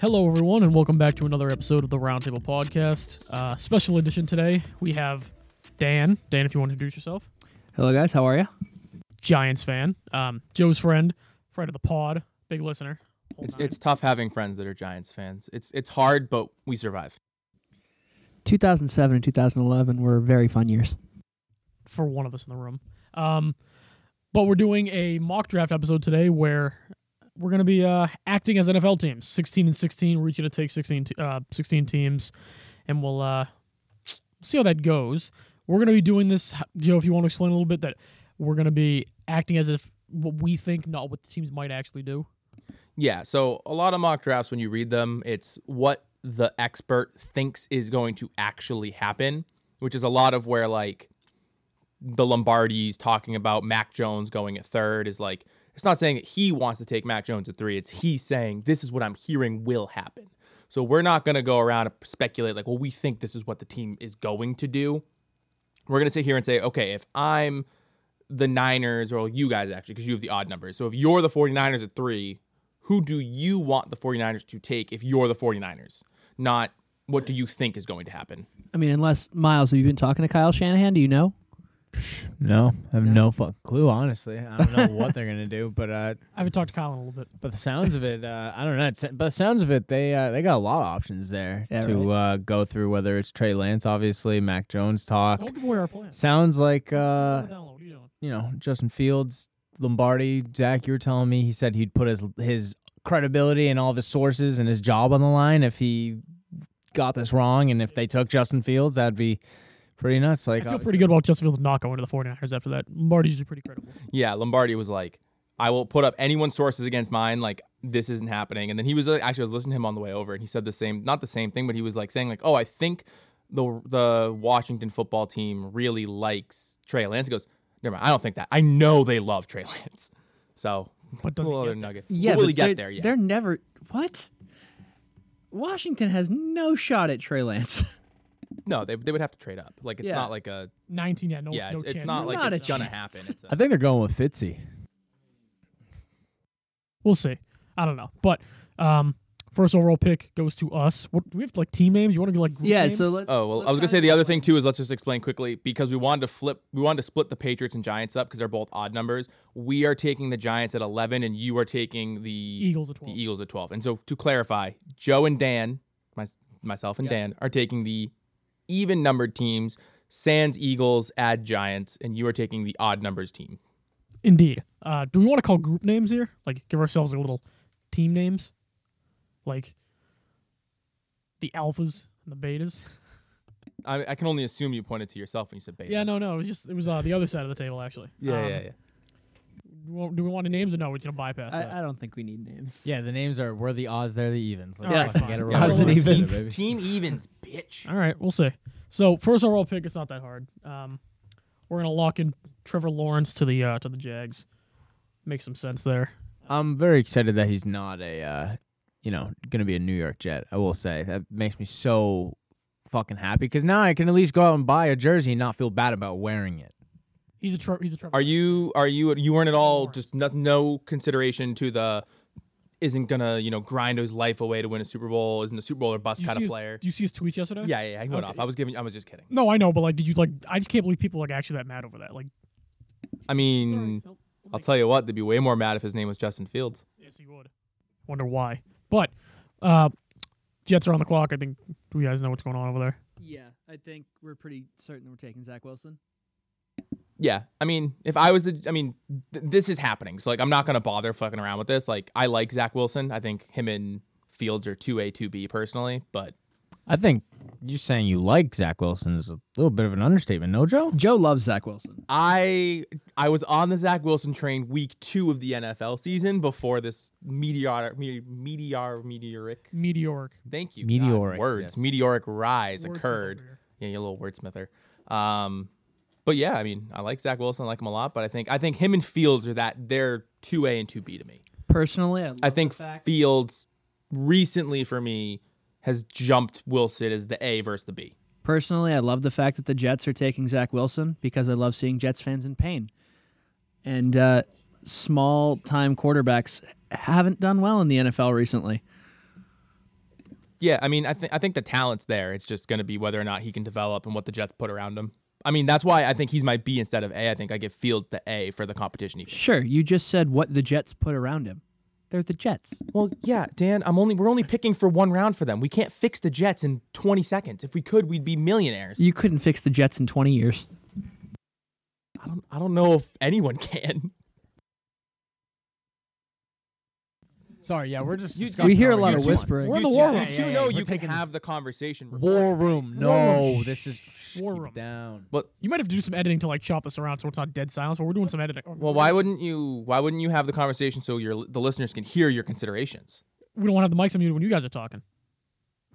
Hello, everyone, and welcome back to another episode of the Roundtable Podcast. Uh, special edition today. We have Dan. Dan, if you want to introduce yourself, Hello, guys. How are you? Giants fan, um, Joe's friend, friend of the pod, big listener. Whole It's, nine. it's tough having friends that are Giants fans. It's it's hard, but we survive. 2007 and 2011 were very fun years. for one of us in the room. Um, but we're doing a mock draft episode today where we're going to be uh, acting as NFL teams, 16 and 16. We're each going to take 16, te- uh, 16 teams, and we'll uh, see how that goes. We're going to be doing this, Joe, if you want to explain a little bit, that we're going to be acting as if what we think, not what the teams might actually do. Yeah, so a lot of mock drafts when you read them, it's what the expert thinks is going to actually happen, which is a lot of where like the Lombardi's talking about Mac Jones going at third is like it's not saying that he wants to take Mac Jones at three. It's he saying this is what I'm hearing will happen. So we're not gonna go around and speculate like, well, we think this is what the team is going to do. We're gonna sit here and say, okay, if I'm the Niners or you guys actually, because you have the odd numbers. So if you're the 49ers at three, who do you want the 49ers to take if you're the 49ers? Not what do you think is going to happen? I mean, unless Miles, have you been talking to Kyle Shanahan? Do you know? No, I have no, fucking clue. Honestly, I don't know what they're gonna do, but uh, I haven't talked to Colin a little bit. but the sounds of it, uh, I don't know. It's, but the sounds of it, they uh, they got a lot of options there Yeah, to uh, go through. Whether it's Trey Lance, obviously, Mac Jones talk. Don't give away our plans. Sounds like Slow uh, down a little, What are you doing? you know Justin Fields, Lombardi, Zach. You were telling me he said he'd put his his credibility and all of his sources and his job on the line if he got this wrong, and if they took Justin Fields, that'd be pretty nuts. Like I feel pretty good about Justin Fields not going to the 49ers after that. Marty's usually pretty credible. Yeah, Lombardi was like, I will put up anyone's sources against mine. Like, this isn't happening. And then he was like, actually, I was listening to him on the way over, and he said the same, not the same thing, but he was like saying, like, oh, I think the the Washington football team really likes Trey Lance. He goes, never mind, I don't think that. I know they love Trey Lance. So, But a doesn't little get other there. nugget. But will he get there? Yeah. They're never. What? Washington has no shot at Trey Lance. No, they, they would have to trade up. Like, it's Yeah. not like a 19, yeah, no, yeah, no it's, it's chance. not like Not a it's gonna chance. happen. It's I a, think they're going with Fitzy. We'll see. I don't know. But um, first overall pick goes to us. What do we have like team names? You want to be like group yeah. names? So let's. oh well, let's I was kinda gonna say the go other that way. thing too is let's just explain quickly because we wanted to flip, we wanted to split the Patriots and Giants up because they're both odd numbers. We are taking the Giants at eleven, and you are taking the Eagles at 12. The Eagles at twelve. And so to clarify, Joe and Dan, my, myself and Dan, are taking the even numbered teams. Sans Eagles, add Giants, and you are taking the odd numbers team. Indeed. Uh, do we want to call group names here? Like give ourselves a little team names? Like the alphas and the betas? I, I can only assume you pointed to yourself when you said beta. Yeah, no, no. It was just it was uh, the other side of the table actually. Um, well, Do we want the names or no? We're just gonna bypass that. I, I don't think we need names. Yeah, the names are we're the odds, they're the evens. Let's Yeah. fucking get it Yeah, right. odds and Let's do it, evens. baby. Team evens, bitch. All right, we'll see. So first overall pick, it's not that hard. Um, we're gonna lock in Trevor Lawrence to the uh, to the Jags. Makes some sense there. I'm very excited that he's not a, uh, you know, gonna be a New York Jet. I will say that makes me so fucking happy because now I can at least go out and buy a jersey and not feel bad about wearing it. He's a tre- he's a Trevor. Are Lawrence. you are you you weren't at all just no, no consideration to the isn't gonna you know grind his life away to win a Super Bowl isn't a Super Bowl or bust Did you kind see of his- player? Did you see his tweets yesterday? Yeah, yeah, yeah, he went Okay. off. I was giving I was just kidding. No, I know, but like, did you like? I just can't believe people like actually that mad over that. Like, I mean, I'll tell you what, they'd be way more mad if his name was Justin Fields. Yes, he would. Wonder why? But uh, Jets are on the clock. I think you guys know what's going on over there. Yeah, I think we're pretty certain we're taking Zach Wilson. Yeah, I mean, if I was the, I mean, th- this is happening. So like, I'm not gonna bother fucking around with this. Like, I like Zach Wilson. I think him and Fields are two A, two B personally. But I think you saying you like Zach Wilson is a little bit of an understatement, no, Joe? Joe loves Zach Wilson. I I was on the Zach Wilson train week two of the NFL season before this meteoric me, meteor meteoric. Meteoric. Thank you. God, Meteoric, words. yes. Meteoric rise Wordsmith occurred. over here. Yeah, you little wordsmither. Um, but yeah, I mean, I like Zach Wilson. I like him a lot. But I think I think him and Fields are that they're two A and two B to me. Personally, I, love I think the fact Fields recently for me has jumped Wilson as the A versus the B. Personally, I love the fact that the Jets are taking Zach Wilson because I love seeing Jets fans in pain. And uh, small time quarterbacks haven't done well in the NFL recently. Yeah, I mean, I think I think the talent's there. It's just going to be whether or not he can develop and what the Jets put around him. I mean, that's why I think he's my B instead of A. I think I give Field the A for the competition. He Sure, you just said what the Jets put around him. They're the Jets. Well, yeah, Dan. I'm only we're only picking for one round for them. We can't fix the Jets in 20 seconds. If we could, we'd be millionaires. You couldn't fix the Jets in 20 years. I don't I don't know if anyone can. Sorry, yeah, we're just discussing We hear a lot You of two- whispering. We're in You the two- war you room. two yeah, know we're you can taking- have the conversation. War room. No, War room. this is War keep it room. down. But You might have to do some editing to like chop us around so it's not dead silence, but we're doing some editing. well, why wouldn't you? Why wouldn't you have the conversation so your the listeners can hear your considerations? we don't want to have the mics unmuted when you guys are talking?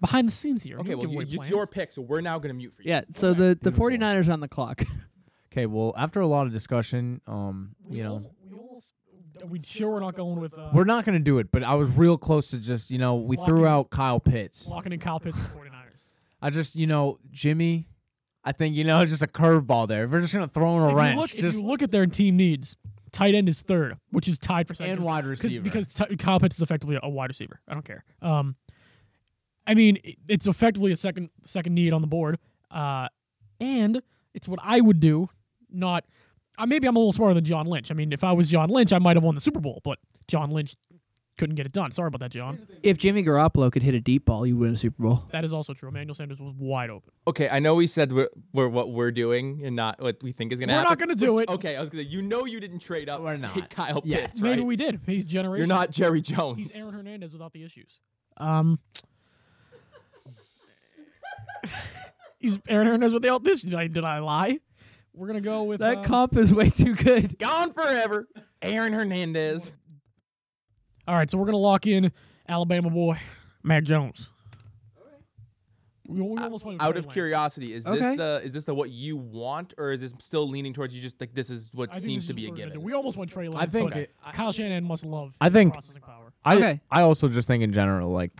Behind the scenes here. we Okay, don't well, give you, away it's plans. your pick, so we're now going to mute for you. Yeah, so the, the 49ers on the clock. Okay, well, after a lot of discussion, um, you know, We almost. Are we sure we're not going with uh, we're not gonna do it, but I was real close to just, you know, we Locking- threw out Kyle Pitts. locking in Kyle Pitts and the 49ers? I just, you know, Jimmy, I think you know, just a curveball there. We're just gonna throw in a If wrench. You look, if just you look at their team needs, tight end is third, which is tied for second. And wide 'Cause- receiver. Because t- Kyle Pitts is effectively a wide receiver. I don't care. Um, I mean, i- it's effectively a second second need on the board, uh, and it's what I would do. Not, uh, maybe I'm a little smarter than John Lynch. I mean, if I was John Lynch, I might have won the Super Bowl, but John Lynch couldn't get it done. Sorry about that, John. if Jimmy Garoppolo could hit a deep ball, you win a Super Bowl. That is also true. Emmanuel Sanders was wide open. Okay, I know we said we're, we're what we're doing and not what we think is going to We're happen. not gonna do But- it. Okay, I was going to. You know, you didn't trade up. We're to not. get Kyle Yeah. Pitts, Maybe right? we did. He's generational. You're not Jerry Jones. He's Aaron Hernandez without the issues. Um, he's Aaron Hernandez without the issues. Did I, did I lie? We're gonna go with That uh, comp is way too good. Gone forever. Aaron Hernandez. All right, so we're gonna lock in Alabama boy Mac Jones. We, we almost went with Out Trey of Lance. curiosity, is this Okay. the is this the what you want, or is this still leaning towards you? Just like this is what I think seems this to is be a what we're gonna do. given. We almost went Trey Lance. think but it- I- Kyle Shanahan must love. I think- processing power. I Okay. I also just think in general, like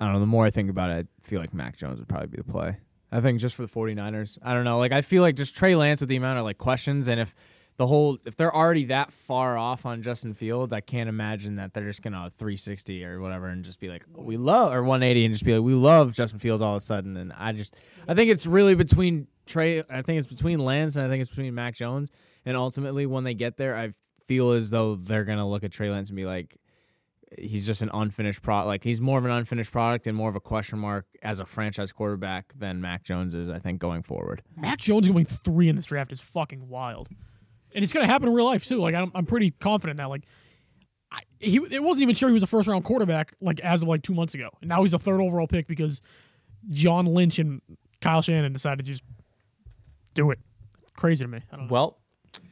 I don't know, the more I think about it, I feel like Mac Jones would probably be the play. I think just for the 49ers. I don't know. Like I feel like just Trey Lance with the amount of like questions and if the whole if they're already that far off on Justin Fields, I can't imagine that they're just gonna 360 or whatever and just be like we love or 180 and just be like we love Justin Fields all of a sudden and I just I think it's really between Trey I think it's between Lance and I think it's between Mac Jones and ultimately when they get there I feel as though they're gonna look at Trey Lance and be like he's just an unfinished product. Like he's more of an unfinished product and more of a question mark as a franchise quarterback than Mac Jones is. I think going forward. Mac Jones going three in this draft is fucking wild, and it's gonna happen in real life too. Like I'm, I'm pretty confident in that like I, he it wasn't even sure he was a first round quarterback like as of like two months ago, and now he's a third overall pick because John Lynch and Kyle Shannon decided to just do it. Crazy to me. I don't know. Well,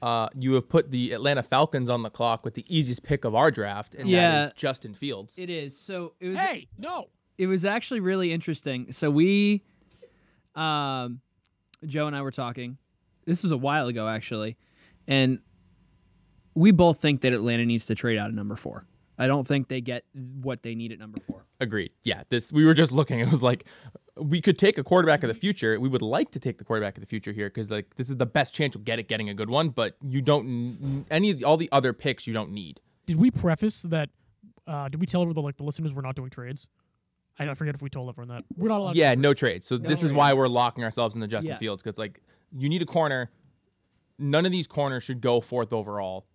uh, you have put the Atlanta Falcons on the clock with the easiest pick of our draft, and that Yeah. is Justin Fields. It is. So it was hey, no. it was actually really interesting. So we, um, Joe and I were talking. This was a while ago, actually, and we both think that Atlanta needs to trade out of number four. I don't think they get what they need at number four. Agreed. Yeah, this we were just looking. It was like we could take a quarterback of the future. We would like to take the quarterback of the future here because like this is the best chance you'll get at getting a good one. But you don't n- any of the, all the other picks you don't need. Did we preface that? Uh, did we tell everyone like the listeners we're not doing trades? I forget if we told everyone that we're not allowed. to Yeah, no trade. So this is trade. why we're locking ourselves into Justin Yeah. Fields because like you need a corner. None of these corners should go fourth overall.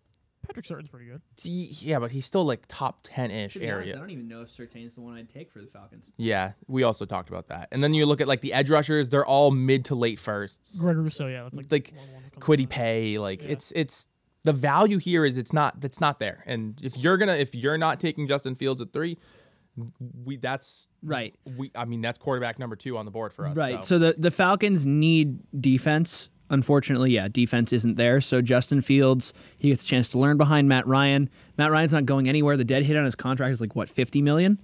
Patrick Sertan's pretty good. He- yeah, but he's still like top ten ish area. don't even know if Sertain's the one I'd take for the Falcons. Yeah, we also talked about that. And then you look at like the edge rushers; they're all mid to late firsts. Greg Rousseau, yeah, that's like Like one of the ones that comes to Quiddy mind. Pay, like it's it's the value here is it's not that's not there. And if you're gonna if you're not taking Justin Fields at three, we that's Right, we I mean that's quarterback number two on the board for us. right. Uh, So, So the the Falcons need defense. Unfortunately, yeah, defense isn't there. So Justin Fields, he gets a chance to learn behind Matt Ryan. Matt Ryan's not going anywhere. The dead hit on his contract is like what fifty million.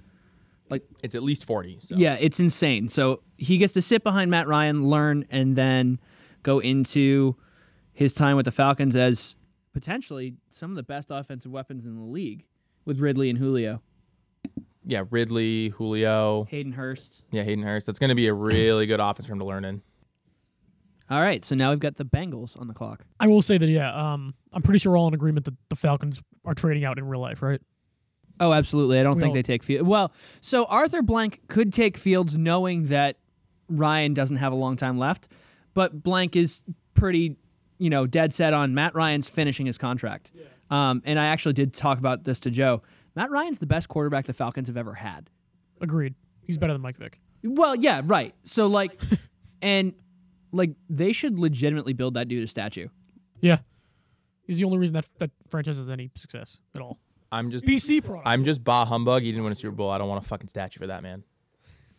it's at least forty. So. Yeah, it's insane. So he gets to sit behind Matt Ryan, learn, and then go into his time with the Falcons as potentially some of the best offensive weapons in the league with Ridley and Julio. Yeah, Ridley, Julio, Hayden Hurst. yeah, Hayden Hurst. That's gonna be a really good offense for him to learn in. All right, so now we've got the Bengals on the clock. I will say that yeah, um, I'm pretty sure we're all in agreement that the Falcons are trading out in real life, right? Oh, absolutely. I don't We think all- they take Fields. Well, so Arthur Blank could take Fields knowing that Ryan doesn't have a long time left, but Blank is pretty, you know, dead set on Matt Ryan's finishing his contract. Um, and I actually did talk about this to Joe. Matt Ryan's the best quarterback the Falcons have ever had. Agreed. He's better than Mike Vick. Well, yeah, right. So like, and like they should legitimately build that dude a statue. Yeah. He's the only reason that that franchise has any success at all. I'm just BC product. I'm just bah humbug. He didn't win a Super Bowl. I don't want a fucking statue for that man.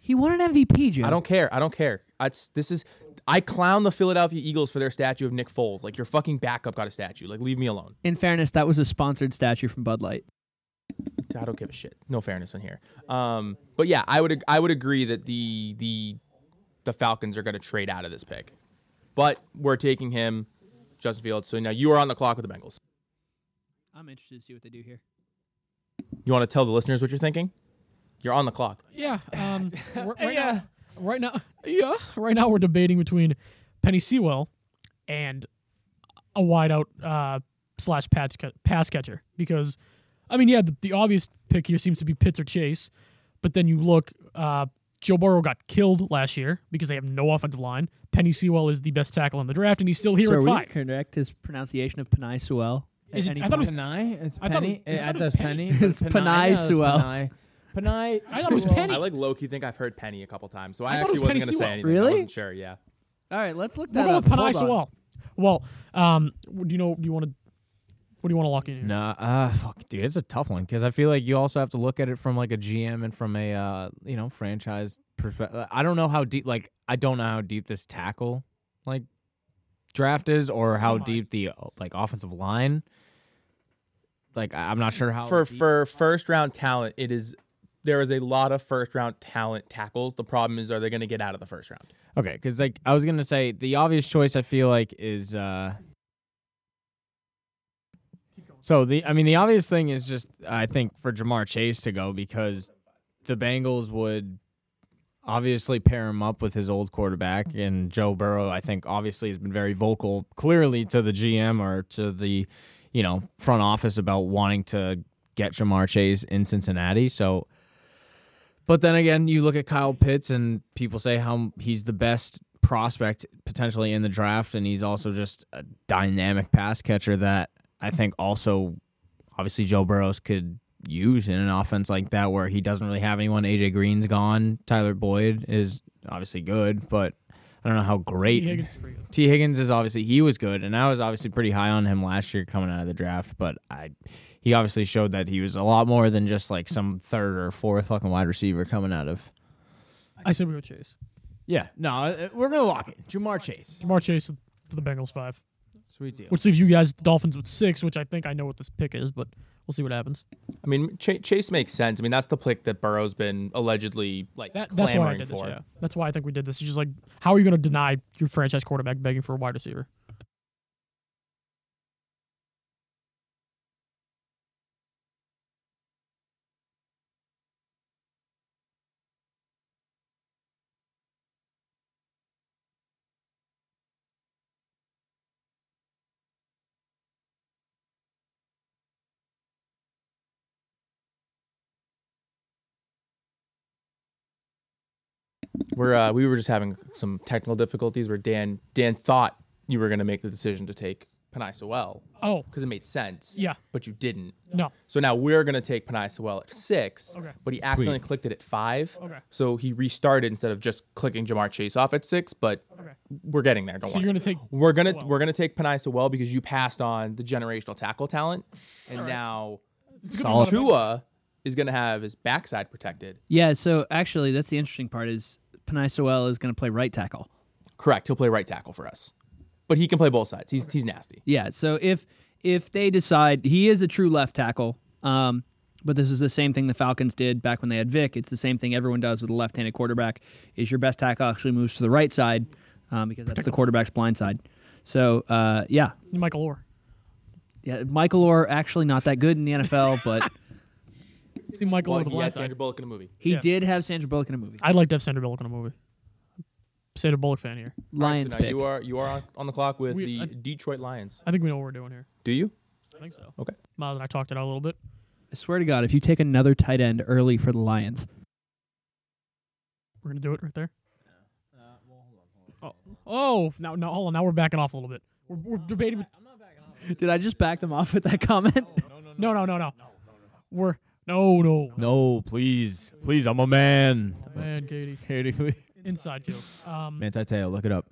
He won an MVP, Joe. I don't care. I don't care. That's this is. I clown the Philadelphia Eagles for their statue of Nick Foles. Like your fucking backup got a statue. Like leave me alone. In fairness, that was a sponsored statue from Bud Light. I don't give a shit. No fairness in here. Um, but yeah, I would ag- I would agree that the the the Falcons are going to trade out of this pick, but we're taking him, Justin Fields. So now you are on the clock with the Bengals. I'm interested to see what they do here. You want to tell the listeners what you're thinking? You're on the clock. yeah. Um, r- right now, right now, yeah, right now we're debating between Penny Sewell and a wideout uh, slash patch ca- pass catcher because, I mean, yeah, the, the obvious pick here seems to be Pitts or Chase, but then you look, uh, Joe Burrow got killed last year because they have no offensive line. Penny Sewell is the best tackle in the draft, and he's still here so at are we five. correct his pronunciation of Panay Sewell? Is it- Any I thought it was- Panay? It's I thought Penny. it- I thought it I was thought Penny. Penny. It's Panay Sewell. Panay. Panay. I thought it was Sewell. Penny. I like low key think I've heard Penny a couple times, so I, I thought actually it was Penny wasn't going to say Sewell. anything. I Really? wasn't sure. Yeah. All right, let's look that We'll go up. with Panay Hold on. Sewell. Well, um, do you know? Do you want to? What do you want to lock in? Here? Nah, uh, fuck, dude, it's a tough one because I feel like you also have to look at it from like a GM and from a uh, you know franchise perspective. I don't know how deep, like, I don't know how deep this tackle like draft is, or how Semi. deep the like offensive line. Like, I- I'm not sure how for deep- for first round talent, it is there is a lot of first round talent tackles. The problem is, are they going to get out of the first round? Okay, because like I was gonna say, the obvious choice I feel like is. uh So the I mean the obvious thing is just I think for Jamar Chase to go because the Bengals would obviously pair him up with his old quarterback and Joe Burrow I think obviously has been very vocal clearly to the GM or to the you know front office about wanting to get Jamar Chase in Cincinnati so but then again, you look at Kyle Pitts, and people say how he's the best prospect potentially in the draft, and he's also just a dynamic pass catcher that I think also, obviously, Joe Burrows could use in an offense like that where he doesn't really have anyone. AJ Green's gone. Tyler Boyd is obviously good, but I don't know how great. Yeah, I guess it's pretty good. T. Higgins is obviously he was good, and I was obviously pretty high on him last year coming out of the draft. But I, he obviously showed that he was a lot more than just like some third or fourth fucking wide receiver coming out of. I said we go Chase. Yeah, no, uh, we're gonna lock it. Jamar Chase, Jamar Chase for the Bengals five, sweet deal. which leaves you guys the Dolphins with six, which I think I know what this pick is, but we'll see what happens. I mean, Ch- Chase makes sense. I mean, that's the pick that Burrow's been allegedly like That, that's why I clamoring did this. for. Yeah, that's why I think we did this. It's just like, how are you going to deny your franchise quarterback begging for a wide receiver? We're uh, we were just having some technical difficulties where Dan Dan thought you were going to make the decision to take Panay Sewell Oh because it made sense. Yeah. but you didn't. no, So now we're going to take Panay Sewell at six. Okay. but he accidentally clicked it at five. Okay. so he restarted instead of just clicking Jamar Chase off at six. But Okay. we're getting there. Don't so worry. you're going to take We're gonna Sewell. we're gonna take Panay Sewell because you passed on the generational tackle talent, and now Solid. Tua is gonna have his backside protected. Yeah, so actually, that's the interesting part is Panay Sewell is going to play right tackle. Correct. He'll play right tackle for us, but he can play both sides. He's he's nasty. Yeah, so if if they decide he is a true left tackle, um, but this is the same thing the Falcons did back when they had Vic. It's the same thing everyone does with a left-handed quarterback. Is your best tackle actually moves to the right side um, because that's the quarterback's blind side. So uh, yeah, Michael Orr. yeah, Michael Orr actually not that good in the NFL, but See Michael Well, Orr the he had blind Sandra Bullock in a movie. he Yes. did have Sandra Bullock in a movie. I'd like to have Sandra Bullock in a movie. Sandra Bullock fan here. Lions so now pick. you are you are on, on the clock with We- the I- Detroit Lions. I think we know what we're doing here. Do you? I think so. Okay. Miles and I talked it out a little bit. I swear to God, if you take another tight end early for the Lions, We're gonna do it right there. Oh, oh, now, now, hold on. Now we're backing off a little bit. We're, we're debating. did I just back them off with that comment? No, no, no, no. We're no, no. No, please, please, I'm a man. Man, Katie, inside joke. Um, Manti Te'o, look it up.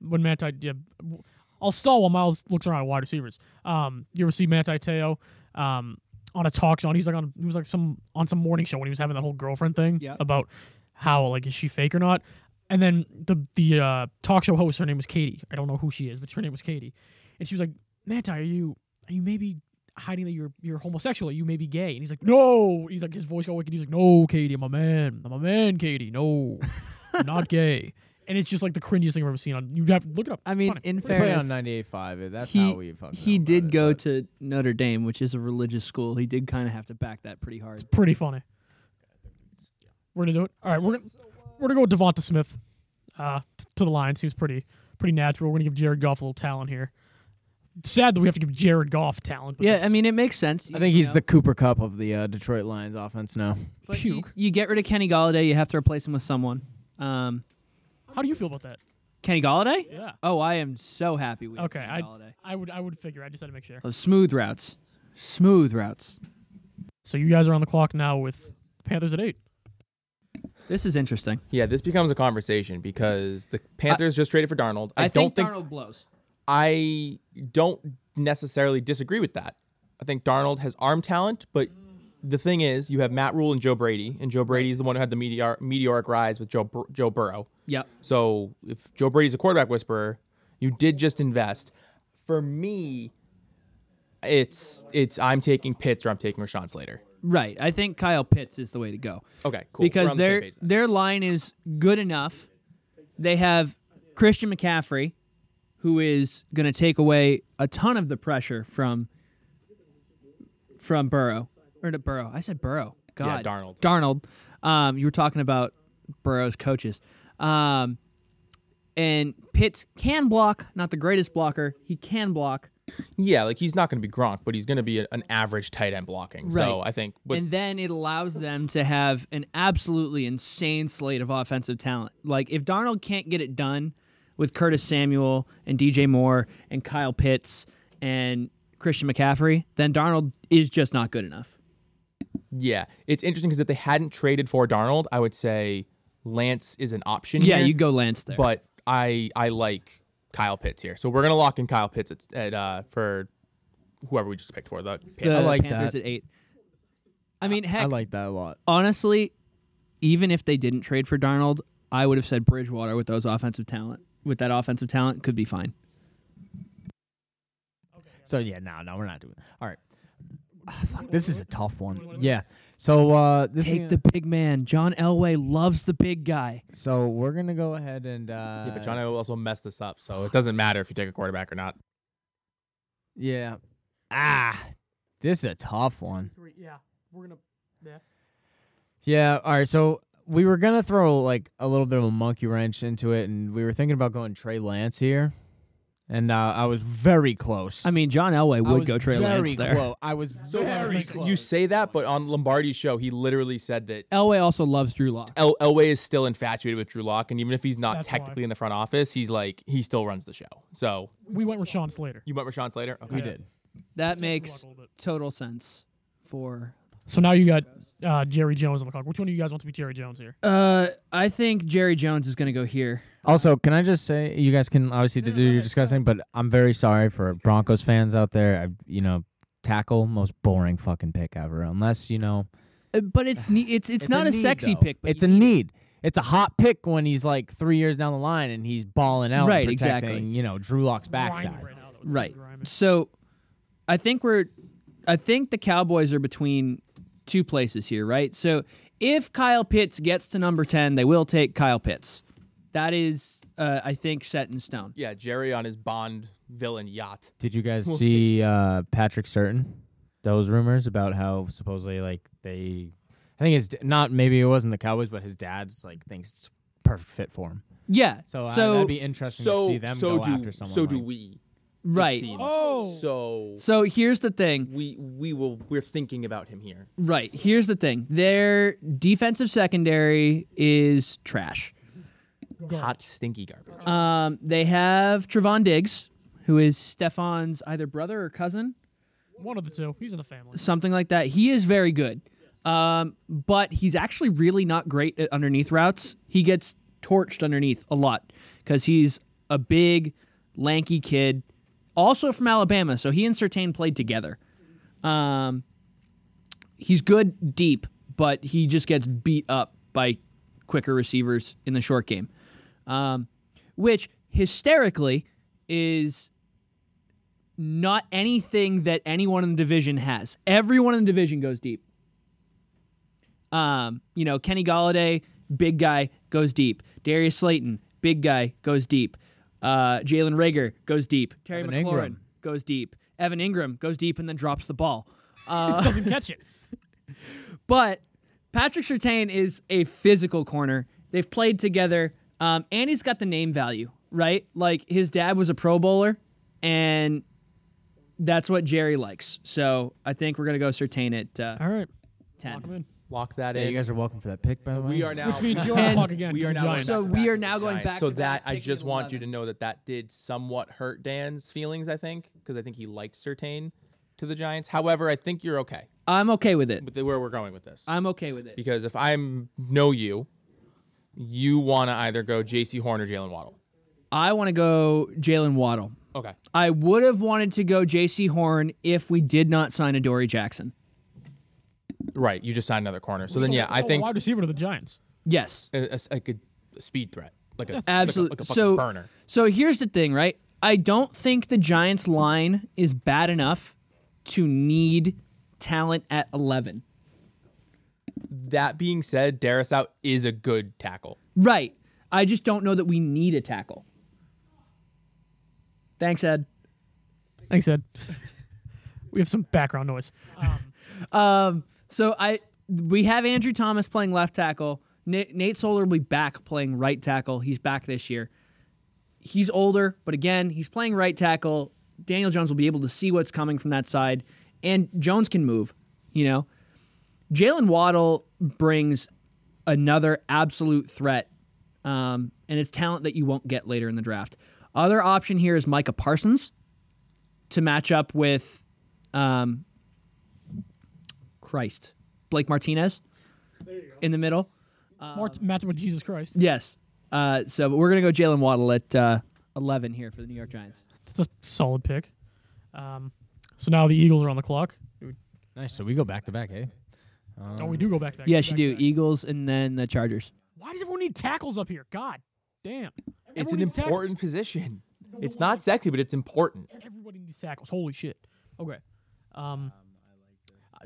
when Manti, yeah, w- I'll stall while Miles looks around at wide receivers. Um, you ever see Manti Te'o, um, on a talk show? And he's like on, he was like some on some morning show when he was having that whole girlfriend thing Yeah. about how like is she fake or not? And then the the uh, talk show host, her name was Katie. I don't know who she is, but her name was Katie, and she was like, Manti, are you are you maybe hiding that you're you're homosexual? You may be gay? And he's like, no. He's like his voice got wicked. He's like, no, Katie, I'm a man. I'm a man, Katie. No, I'm not gay. And it's just like the cringiest thing I've ever seen. On you have to look it up. I It's mean, funny. in We play on fairness, 98.5. That's he, how we fucking he know about did it, go but- to Notre Dame, which is a religious school. He did kind of have to back that pretty hard. pretty funny. We're gonna do it. All right, we're gonna we're gonna go with Devonta Smith uh, t- to the line. Seems pretty pretty natural. We're gonna give Jared Goff a little talent here. Sad that we have to give Jared Goff talent. But Yeah, I that's- mean, it makes sense. I think he's the Cooper Cup of the uh, Detroit Lions offense now. But you- puke. You, get rid of Kenny Galladay, you have to replace him with someone. Um, how do you feel about that? Kenny Galladay? Yeah, Oh, I am so happy we have Okay, Kenny I- Galladay. I would I would figure. I just had to make sure. Those smooth routes, smooth routes. So you guys are on the clock now with Panthers at eight. This is interesting. Yeah, this becomes a conversation because the Panthers just traded for Darnold. I, I, don't think Darnold blows. I don't necessarily disagree with that. I think Darnold has arm talent, but the thing is, you have Matt Rule and Joe Brady, and Joe Brady is the one who had the meteor- meteoric rise with Joe Bur- Joe Burrow. Yep. So if Joe Brady's a quarterback whisperer, you did just invest. For me, it's it's I'm taking Pitts or I'm taking Rashawn Slater. Right. I think Kyle Pitts is the way to go Okay, cool. We're because on the same their page then. their line is good enough. They have Christian McCaffrey, who is going to take away a ton of the pressure from from Burrow or to Burrow. I said Burrow. God, Darnold. Darnold. Um, you were talking about Burrow's coaches. Um, and Pitts can block, not the greatest blocker. He can block. yeah, like he's not going to be Gronk, but he's going to be a- an average tight end blocking. So Right. I think with and then it allows them to have an absolutely insane slate of offensive talent. Like if Darnold can't get it done with Curtis Samuel and DJ Moore and Kyle Pitts and Christian McCaffrey, then Darnold is just not good enough. Yeah, it's interesting because if they hadn't traded for Darnold, I would say Lance is an option. Yeah, here, you go Lance there. But I I like Kyle Pitts here, so we're gonna lock in Kyle Pitts at, at uh for whoever we just picked for the. the Panthers. like Panthers that. at eight. I mean, I heck, like that a lot. honestly, even if they didn't trade for Darnold, I would have said Bridgewater with those offensive talent. With that offensive talent, could be fine. So yeah, no, no, we're not doing. All right, Ah, fuck, this is a tough one. Yeah. So uh, this Take is, the big man. John Elway loves the big guy. so we're gonna go ahead and uh, yeah, but John also messed this up, so it doesn't matter if you take a quarterback or not. yeah. Ah, this is a tough one. Three, yeah, we're gonna. Yeah. All right. So we were gonna throw like a little bit of a monkey wrench into it, and we were thinking about going Trey Lance here, and uh, I was very close. I mean, John Elway I would was go Trey Lance very there. close. I was very close. You say that, but on Lombardi's show, he literally said that Elway also loves Drew Lock. El- Elway is still infatuated with Drew Lock, and even if he's not That's technically in the front office, he's like he still runs the show. So We went with Sean Slater. you went Rashawn Slater. Okay. We did. That Drew makes Lock a little bit. total sense for. So now you got uh, Jerry Jones on the clock. Which one of you guys want to be Jerry Jones here? Uh, I think Jerry Jones is going to go here. Also, can I just say you guys can obviously do your discussing, but I'm very sorry for Broncos fans out there. I, you know, tackle most boring fucking pick ever, unless you know Uh, But it's ne- it's it's, not a, need, sexy though. pick. But it's you a need. It's a hot pick when he's like three years down the line and he's balling out, and Right, protecting, exactly. You know, Drew Lock's backside. Grimy right now, though. Right. Grimy. So I think we're I think the Cowboys are between two places here, right? So if Kyle Pitts gets to number 10, they will take Kyle Pitts. That is uh, I think set in stone. Yeah, Jerry on his Bond villain yacht. Did you guys see uh, Patrick Certain? Those rumors about how supposedly like they, I think it's not maybe it wasn't the Cowboys, but his dad's like thinks it's perfect fit for him. Yeah. So, uh, so that'd be interesting to see them go after someone. So like- do we. it Right. seems. Oh. So So here's the thing. we we will we're thinking about him here. Right. Here's the thing. Their defensive secondary is trash. Hot stinky garbage. Um, they have Trevon Diggs, who is Stefan's either brother or cousin, One of the two. He's in the family. something like that. He is very good, um, but he's actually really not great at underneath routes. He gets torched underneath a lot because he's a big, lanky kid, also from Alabama. So he and Sertain played together. Um, he's good deep, but he just gets beat up by quicker receivers in the short game, um, which hysterically is not anything that anyone in the division has. Everyone in the division goes deep. Um, you know, Kenny Galladay, big guy, goes deep. Darius Slayton, big guy, goes deep. Uh, Jalen Rager goes deep. Terry Evan McLaurin Ingram. goes deep. Evan Ingram goes deep and then drops the ball. Doesn't catch it. But Patrick Sertain is a physical corner. They've played together, um, and he's got the name value, right? Like his dad was a Pro Bowler, and that's what Jerry likes. So I think we're gonna go Sertain at uh, All right. Lock him ten. in. Lock that Yeah, in. you guys are welcome for that pick, by the way. we are now. Which means you're on the clock again. We are He's a now. Giant. So back we to are now going Giants. back So to that back, I picking just want you to 11. know that that did somewhat hurt Dan's feelings. I think because I think he liked Sertain to the Giants. However, I think you're okay I'm okay with it. with the- where we're going with this. I'm okay with it. because if I know you, you want to either go J.C. Horn or Jalen Waddle. I want to go Jalen Waddle. Okay. I would have wanted to go J.C. Horn if we did not sign a Dory Jackson. Right. You just signed another corner. So then, yeah, So I think wide receiver to the Giants. Yes. a, a- like a speed threat, like a Absolutely. like a, like a fucking so burner. So here's the thing, right? I don't think the Giants line is bad enough to need talent at 11. That being said, Darius out is a good tackle. Right. I just don't know that we need a tackle. Thanks, Ed. Thanks, Ed. we have some background noise. Um, so I we have Andrew Thomas playing left tackle. Na- Nate Solar will be back playing right tackle. He's back this year. He's older, but again, he's playing right tackle. Daniel Jones will be able to see what's coming from that side, and Jones can move. You know, Jalen Waddle brings another absolute threat, um, and it's talent that you won't get later in the draft. Other option here is Micah Parsons to match up with um, Christ. Blake Martinez in the middle. Mart- match him with Jesus Christ. Yes. Uh, so but we're going to go Jalen Waddle at uh, 11 here for the New York Giants. It's a solid pick. Um, so now the Eagles are on the clock. nice. So we go back to back, eh? oh, we do go back to back. Yes, you back do. to back. Eagles and then the Chargers. Why does everyone need tackles up here? God damn. It's Everyone an needs tackles. important position. It's not sexy, but it's important. Everybody needs tackles. Holy shit. Okay. Um, I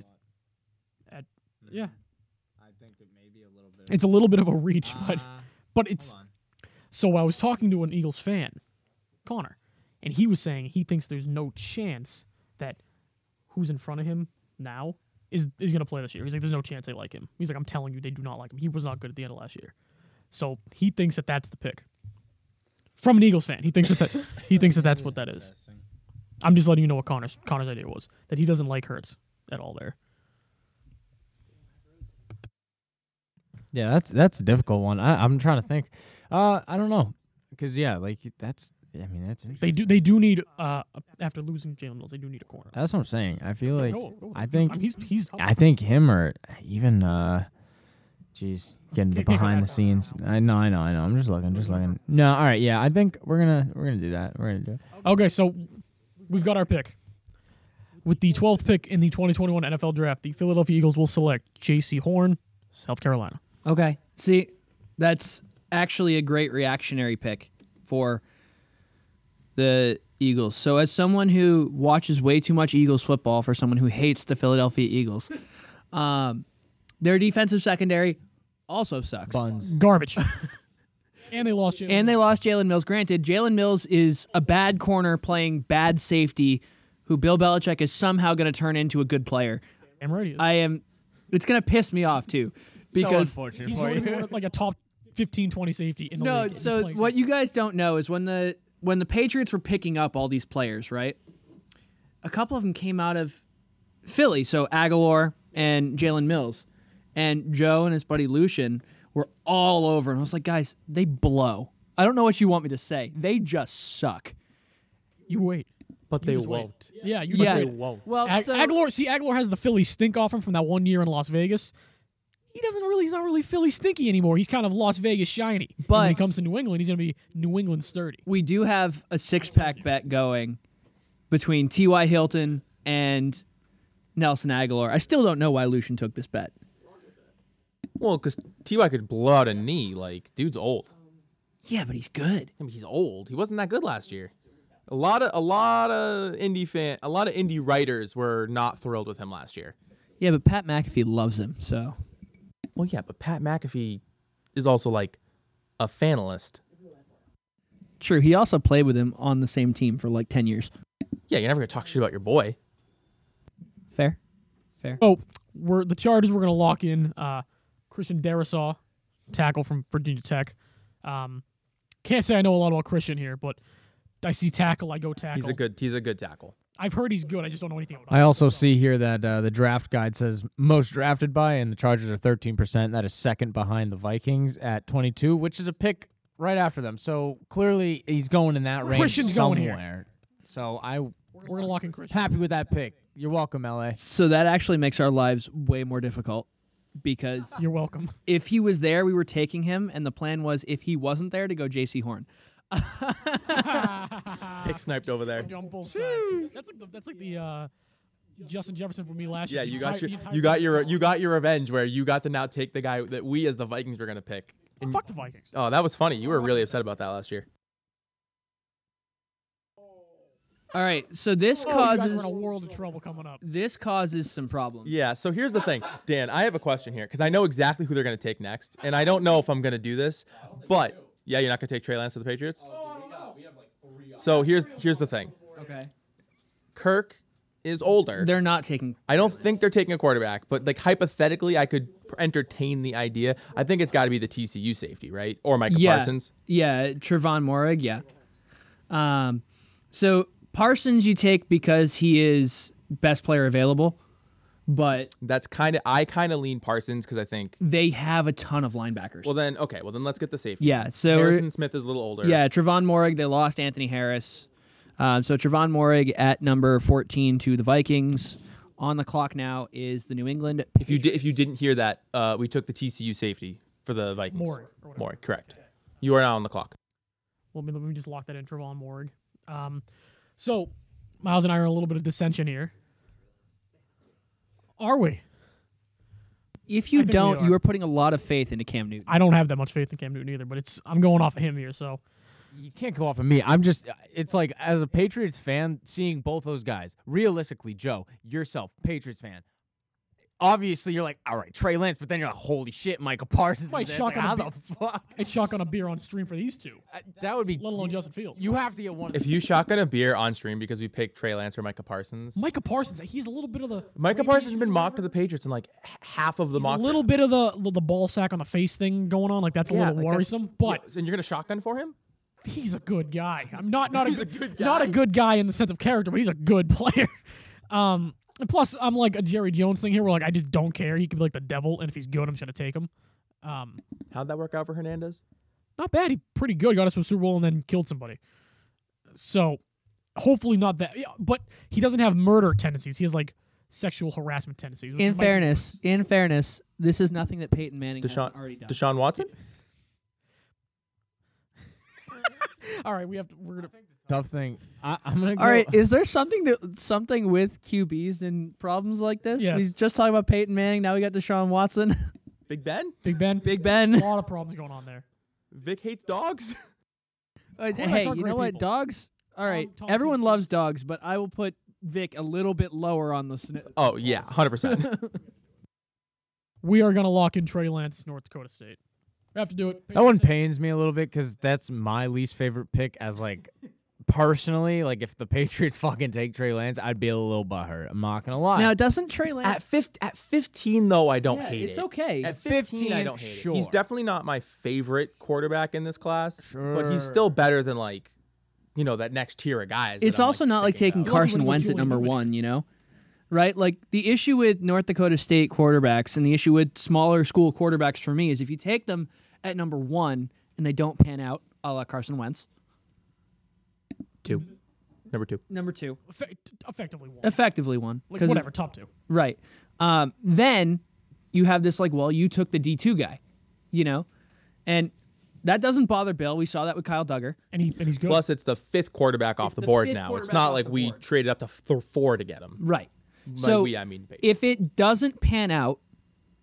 like yeah, Mm-hmm. I think it may be a little bit. it's a little bit of a reach, but Uh, but it's hold on. So I was talking to an Eagles fan, Connor, and he was saying he thinks there's no chance that who's in front of him now is is going to play this year. He's like, there's no chance they like him. He's like, I'm telling you, they do not like him. He was not good at the end of last year. So he thinks that that's the pick. From an Eagles fan, he thinks that, that he thinks that that's what that is. Interesting. I'm just letting you know what Connor's Connor's idea was that he doesn't like Hurts at all. There, Yeah, that's that's a difficult one. I, I'm trying to think. Uh, I don't know, cause yeah, like that's. I mean, that's. they do they do need uh after losing Jalen Mills, they do need a corner. That's what I'm saying. I feel like Go, go. I think I mean, he's he's I think him or even uh jeez, Can't- getting can't go behind that the far scenes. I know, I know, I know. I'm just looking, just looking. No, all right, yeah. I think we're gonna we're gonna do that. We're gonna do it. Okay, so we've got our pick. With the 12th pick in the 2021 NFL Draft, the Philadelphia Eagles will select J.C. Horn, South Carolina. Okay. See, that's actually a great reactionary pick for the Eagles. So, as someone who watches way too much Eagles football, for someone who hates the Philadelphia Eagles, um, their defensive secondary also sucks. Buns. Garbage. and they lost Jalen. And they lost Jalen Mills. Granted, Jalen Mills is a bad corner playing bad safety, who Bill Belichick is somehow going to turn into a good player. Damn right he is. I am. It's going to piss me off too, because unfortunate he's already one of, like a top 15, 20 safety in the no. league. and he's So playing what safety. you guys don't know is when the when the Patriots were picking up all these players, right? A couple of them came out of Philly, so Aguilar and Jalen Mills, and Joe and his buddy Lucian were all over, and I was like, guys, they blow. I don't know what you want me to say. They just suck. You wait. But they won't. Yeah, you Yeah. wait. They won't. Well, Ag- Aguilar, see, Aguilar has the Philly stink off him from that one year in Las Vegas. He doesn't really, he's not really Philly stinky anymore. He's kind of Las Vegas shiny. And when he But- comes to New England, he's going to be New England sturdy. we do have a six pack bet going between T.Y. Hilton and Nelson Aguilar. I still don't know why Lucian took this bet. Well, because Ty could blow out a knee. Like, dude's old. Yeah, but he's good. I mean, he's old. He wasn't that good last year. A lot of a lot of indie fan, a lot of indie writers were not thrilled with him last year. Yeah, but Pat McAfee loves him, so Well, yeah, but Pat McAfee is also like a fanalist. true. He also played with him on the same team for like ten years. Yeah, you're never gonna talk shit about your boy. Fair. Oh, we're the Chargers. We're going to lock in uh, Christian Darisaw, tackle from Virginia Tech. Um, can't say I know a lot about Christian here, but I see tackle, I go tackle. He's a good he's a good tackle. I've heard he's good. I just don't know anything about him. I also see here that uh, the draft guide says most drafted by, and the Chargers are 13%. That is second behind the Vikings at 22, which is a pick right after them. So clearly he's going in that range Christian's going here. somewhere. So I'm we're going to lock in Christian. happy with that pick. You're welcome, LA. So that actually makes our lives way more difficult because You're welcome. if he was there, we were taking him, and the plan was if he wasn't there to go J.C. Horn. Pick sniped over there. on both sides. That's like the, that's like the uh, Justin Jefferson for me last Yeah, year. you The got entire- your the entire you got year. your uh, you got your revenge where you got to now take the guy that we as the Vikings were gonna pick. And, Fuck the Vikings. oh, that was funny. You were really upset about that last year. All right, so this Oh, you guys causes are in a world of trouble coming up. this causes some problems. Yeah, so here's the thing, Dan. I have a question here because I know exactly who they're going to take next, and I don't know if I'm going to do this, but yeah, you're not going to take Trey Lance to the Patriots. So here's here's the thing. Okay. Kirk is older. They're not taking I don't think they're taking a quarterback, but like hypothetically, I could entertain the idea. I think it's got to be the TCU safety, right, or Micah yeah, Parsons. Yeah, Trevon Morig, yeah. Um so Parsons you take because he is best player available, but That's kind of I kind of lean Parsons because I think. they have a ton of linebackers. Well then, okay. Well then, let's get the safety. yeah, so we're- Harrison Smith is a little older. yeah, Trevon Morig, they lost Anthony Harris. Um, so Trevon Morig at number 14 to the Vikings. On the clock now is the New England. If you di- if you didn't hear that, uh, we took the TCU safety for the Vikings. Morrig, or whatever. Morrig, correct. You are now on the clock. Let me, let me just lock that in, Trevon Morg. Um, so, Miles and I are in a little bit of dissension here. Are we? If I you think we don't, are. you are putting a lot of faith into Cam Newton. I don't have that much faith in Cam Newton either, but it's I'm going off of him here. So, You can't go off of me. I'm just, it's like as a Patriots fan, seeing both those guys, realistically, Joe, yourself, Patriots fan. Obviously, you're like, all right, Trey Lance, but then you're like, holy shit, Michael Parsons. is Wait, there. It's shock like, how on a the fuck? it's shotgun a beer on stream for these two, I- That would be. let alone you- Justin Fields. You have to get one. If you shotgun a beer on stream because we picked Trey Lance or Micah Parsons, Micah Parsons, he's a little bit of the Micah Parsons has been mocked to the Patriots in like h- half of the He's mock. a little bit of the the ball sack on the face thing going on. Like that's a Yeah, little like that's- worrisome, but Yeah, and you're gonna shotgun for him? he's a good guy. I'm not not a, He's a good, good not a guy. good guy in the sense of character, but he's a good player. Um, and plus I'm like a Jerry Jones thing here, where like I just don't care. He could be like the devil, and if he's good, I'm just gonna take him. Um, How'd that work out for Hernandez? not bad. He pretty good. Got us to a Super Bowl and then killed somebody. So hopefully not that. yeah, But he doesn't have murder tendencies. He has like sexual harassment tendencies. which in might be fairness, in fairness, this is nothing that Peyton Manning Deshaun hasn't already done. Deshaun Watson? worse. All right, we have to. We're gonna. Tough thing. I, I'm gonna. Go, All right, is there something that something with QBs and problems like this? Yes. We just talking about Peyton Manning. Now we got Deshaun Watson, Big Ben? Big Ben. Big A Ben. lot of problems going on there. Vic hates dogs. Uh, Quarterbacks hey, are you great know what? people. Dogs. All right, Tom everyone Peasley. loves dogs, but I will put Vic a little bit lower on the. Sn- oh yeah, hundred percent. We are gonna lock in Trey Lance, North Dakota State. We have to do it. That one pains me a little bit because that's my least favorite pick. As like personally, like if the Patriots fucking take Trey Lance, I'd be a little butthurt. I'm not gonna lie. now, doesn't Trey Lance? At fif- at fifteen though, I don't Yeah, hate it's it. okay. At 15, I 15, don't hate it. He's sure. definitely not my favorite quarterback in this class, but he's Sure. still better than like you know that next tier of guys. that It's I'm, also not like picking taking out. Carson would Wentz you at number eliminate? one, you know? Right? Like the issue with North Dakota State quarterbacks and the issue with smaller school quarterbacks for me is if you take them at number one and they don't pan out, a la Carson Wentz. two, number two. Number two, Effect- effectively one. effectively one. like 'cause- whatever, top two. Right. Um, then you have this like, well, you took the D2 guy, you know? And that doesn't bother Bill. We saw that with Kyle Duggar. And, he, and he's good. Plus, it's the fifth quarterback off It's the, the board fifth now. It's quarterback not off like the we board. traded up to th- four to get him. Right. By So we, I mean Baker. if it doesn't pan out,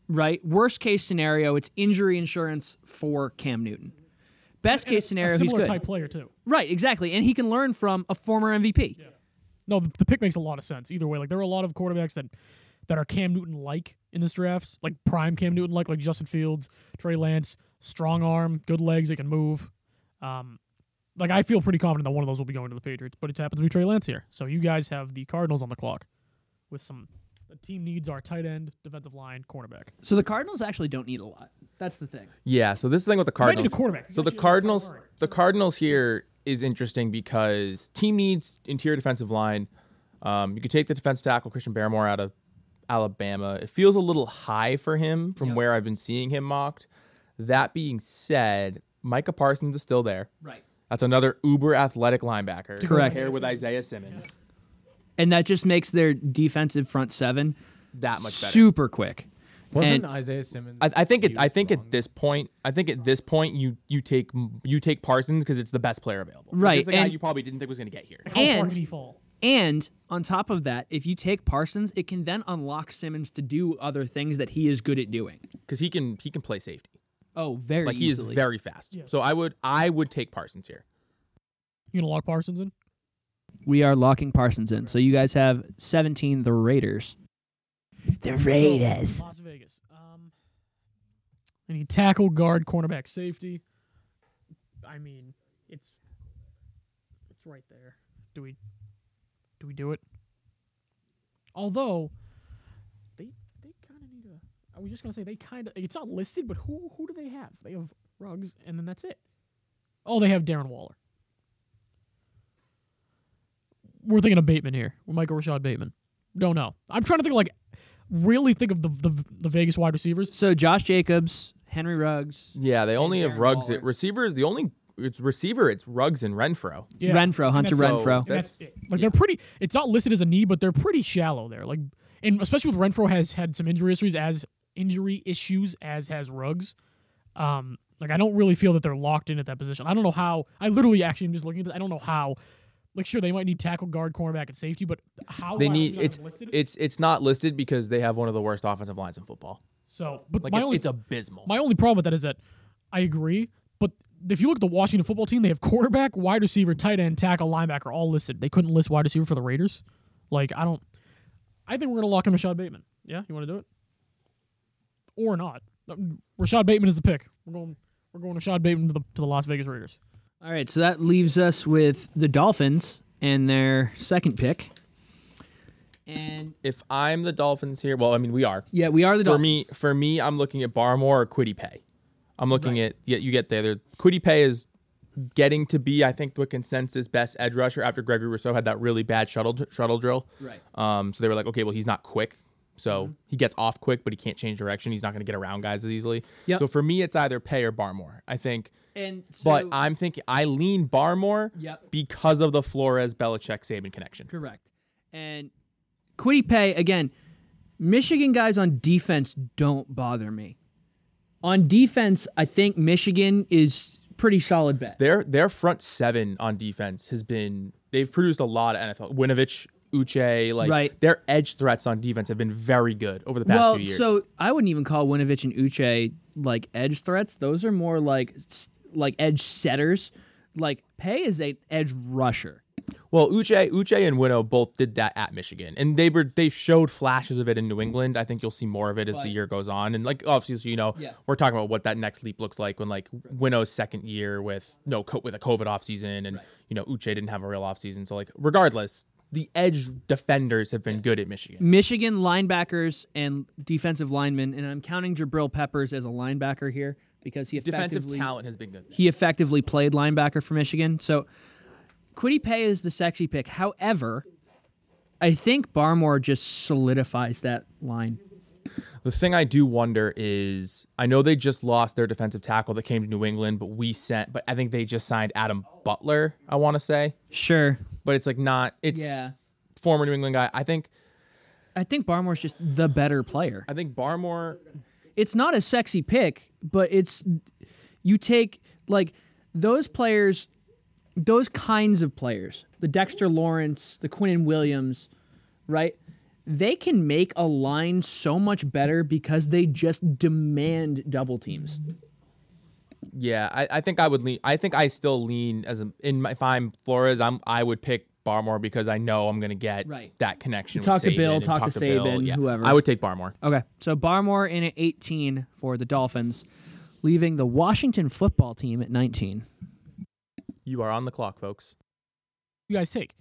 right? Worst case scenario, it's injury insurance for Cam Newton. Best case a scenario, he's similar good. type player too. Right, exactly. And he can learn from a former MVP. No, the, the pick makes a lot of sense either way. Like there are a lot of quarterbacks that that are Cam Newton like in this draft, like prime Cam Newton like, like Justin Fields, Trey Lance, strong arm, good legs, they can move. Um, like I feel pretty confident that one of those will be going to the Patriots, but it happens to be Trey Lance here. So you guys have the Cardinals on the clock with some. The team needs our tight end, defensive line, cornerback. So the Cardinals actually don't need a lot. That's the thing. Yeah, so this is the thing with the might need Cardinals. a quarterback. So Actually, the it's not Cardinals, Murray. the Cardinals here is interesting because team needs interior defensive line. Um, you could take the defensive tackle Christian Barrymore out of Alabama. It feels a little high for him from where I've been seeing him mocked. That being said, Micah Parsons is still there. Right. That's another uber athletic linebacker. Correct. Pair with Isaiah Simmons. And that just makes their defensive front seven That much better. super quick. And- Wasn't Isaiah Simmons? I, I think it, I used think wrong? at this point, I think at this point you you take you take Parsons because it's the best player available. Right, It's the guy and- you probably didn't think was going to get here. How far And- can he fall? And on top of that, if you take Parsons, it can then unlock Simmons to do other things that he is good at doing. because he can he can play safety. Oh, very Like he is easily. very fast. Yes. So I would I would take Parsons here. You gonna lock Parsons in? we are locking Parsons in. So you guys have 17, the Raiders. The So, Las Vegas. Um, I need tackle, guard, cornerback, safety. I mean, it's it's right there. Do we do we do it? Although they they kind of need a. I was just gonna say they kind of. It's not listed, but who who do they have? They have Rugs, and then that's it. Oh, they have Darren Waller. We're thinking of Bateman here. We might go Rashad Bateman. Don't know. I'm trying to think of like really think of the the, the Vegas wide receivers. So Josh Jacobs, Henry Ruggs, Yeah, they only Darren have Rugs Waller. at receiver. The only it's receiver. It's Rugs and Renfro. Yeah. Renfro, Hunter And that's- Renfro. and that's That's- it. Like they're pretty. It's not listed as a need, but they're pretty shallow there. Like, and especially with Renfro has had some injury issues as injury issues as has Ruggs. Um, like I don't really feel that they're locked in at that position. I don't know how. I literally actually am just looking at. This, I don't know how. Like sure they might need tackle, guard, cornerback, and safety, but how They wide need receivers it's are listed? it's it's not listed because they have one of the worst offensive lines in football. so. But Like my it's, only it's abysmal. My only problem with that is that I agree, but if you look at the Washington football team, they have quarterback, wide receiver, tight end, tackle, linebacker all listed. They couldn't list wide receiver for the Raiders. Like I don't. I think we're gonna lock in Rashad Bateman. Yeah, you want to do it or not? Um, Rashad Bateman is the pick. We're going. We're going Rashad Bateman to the to the Las Vegas Raiders. All right, so that leaves us with the Dolphins and their second pick. And if I'm the Dolphins here, well, I mean we are. yeah, we are the For Dolphins. me, for me, I'm looking at Barmore or Quiddy Pay. I'm looking at yeah, you get there. They're- Quiddy Pay is getting to be, I think, the consensus best edge rusher after Gregory Rousseau had that really bad shuttle shuttle drill. Right. Mm-hmm. Um, so they were like, okay, well, he's not quick. So he gets off quick, but he can't change direction. He's not going to get around guys as easily. Yep. So for me, it's either Pay or Barmore. I think. and so, But I'm thinking I lean Barmore Yep. because of the Flores Belichick Saban connection. correct. And Quiddy Pay again. Michigan guys on defense don't bother me. On defense, I think Michigan is pretty solid bet. Their their front seven on defense has been they've produced a lot of NFL. Winovich, Uche, like Right. their edge threats on defense have been very good over the past well, few years. so I wouldn't even call Winovich and Uche like edge threats. Those are more like s- like edge setters. Like Pay is a edge rusher. well, Uche, Uche and Wino both did that at Michigan, and they were they showed flashes of it in New England. I think you'll see more of it as the Right. year goes on, and like obviously you know Yeah. we're talking about what that next leap looks like when like Wino's second year with no co- with a COVID offseason, and you know Uche didn't have a real offseason. So like regardless, the edge defenders have been good at Michigan. Michigan linebackers and defensive linemen, and I'm counting Jabril Peppers as a linebacker here because he Defensive effectively talent has been good. he effectively played linebacker for Michigan. So Quiddy Pay is the sexy pick. However, I think Barmore just solidifies that line. The thing I do wonder is I know they just lost their defensive tackle that came to New England, but we sent but I think they just signed Adam Butler, I want to say. Sure. But it's like not it's Yeah. former New England guy. I think I think Barmore's just the better player. I think Barmore It's not a sexy pick, but it's you take like those players, those kinds of players, the Dexter Lawrence, the Quinnen Williams, right? They can make a line so much better because they just demand double teams. Yeah, I, I think I would lean. I think I still lean as a, in my, if I'm Flores, I'm I would pick Barmore because I know I'm gonna get Right. that connection. Talk with to Saban Bill, and talk to Bill, Saban, yeah. whoever. I would take Barmore. Okay, so Barmore in at 18 for the Dolphins, leaving the Washington football team at 19. You are on the clock, folks. You guys take.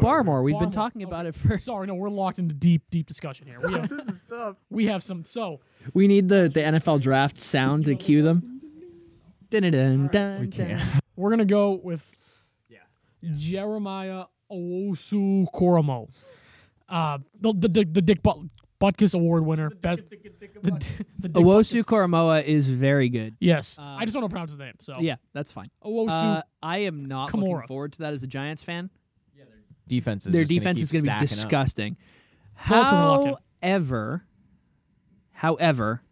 Barmore, we've been Barmore. talking about it for. Sorry, no, we're locked into deep, deep discussion here. We have, This is tough. we have some. So We need the, the NFL draft sound to cue them. Dun, dun, dun, dun, We dun. can't. we're gonna go with Jeremiah Owosu Koromo, uh, the the, the, the Dick But- Butkus Award winner. Best, the, the Dick Owosu Butkus- Um, Koromoa is the- is very good. Yes, I just don't know how to pronounce his name. Oh. So Yeah, that's fine. Owosu. Uh, I am not Kamara. looking forward to that as a Giants fan. Defense is Their just gonna defense keep is going to be stacking up. disgusting. So that's where we're looking. However, however,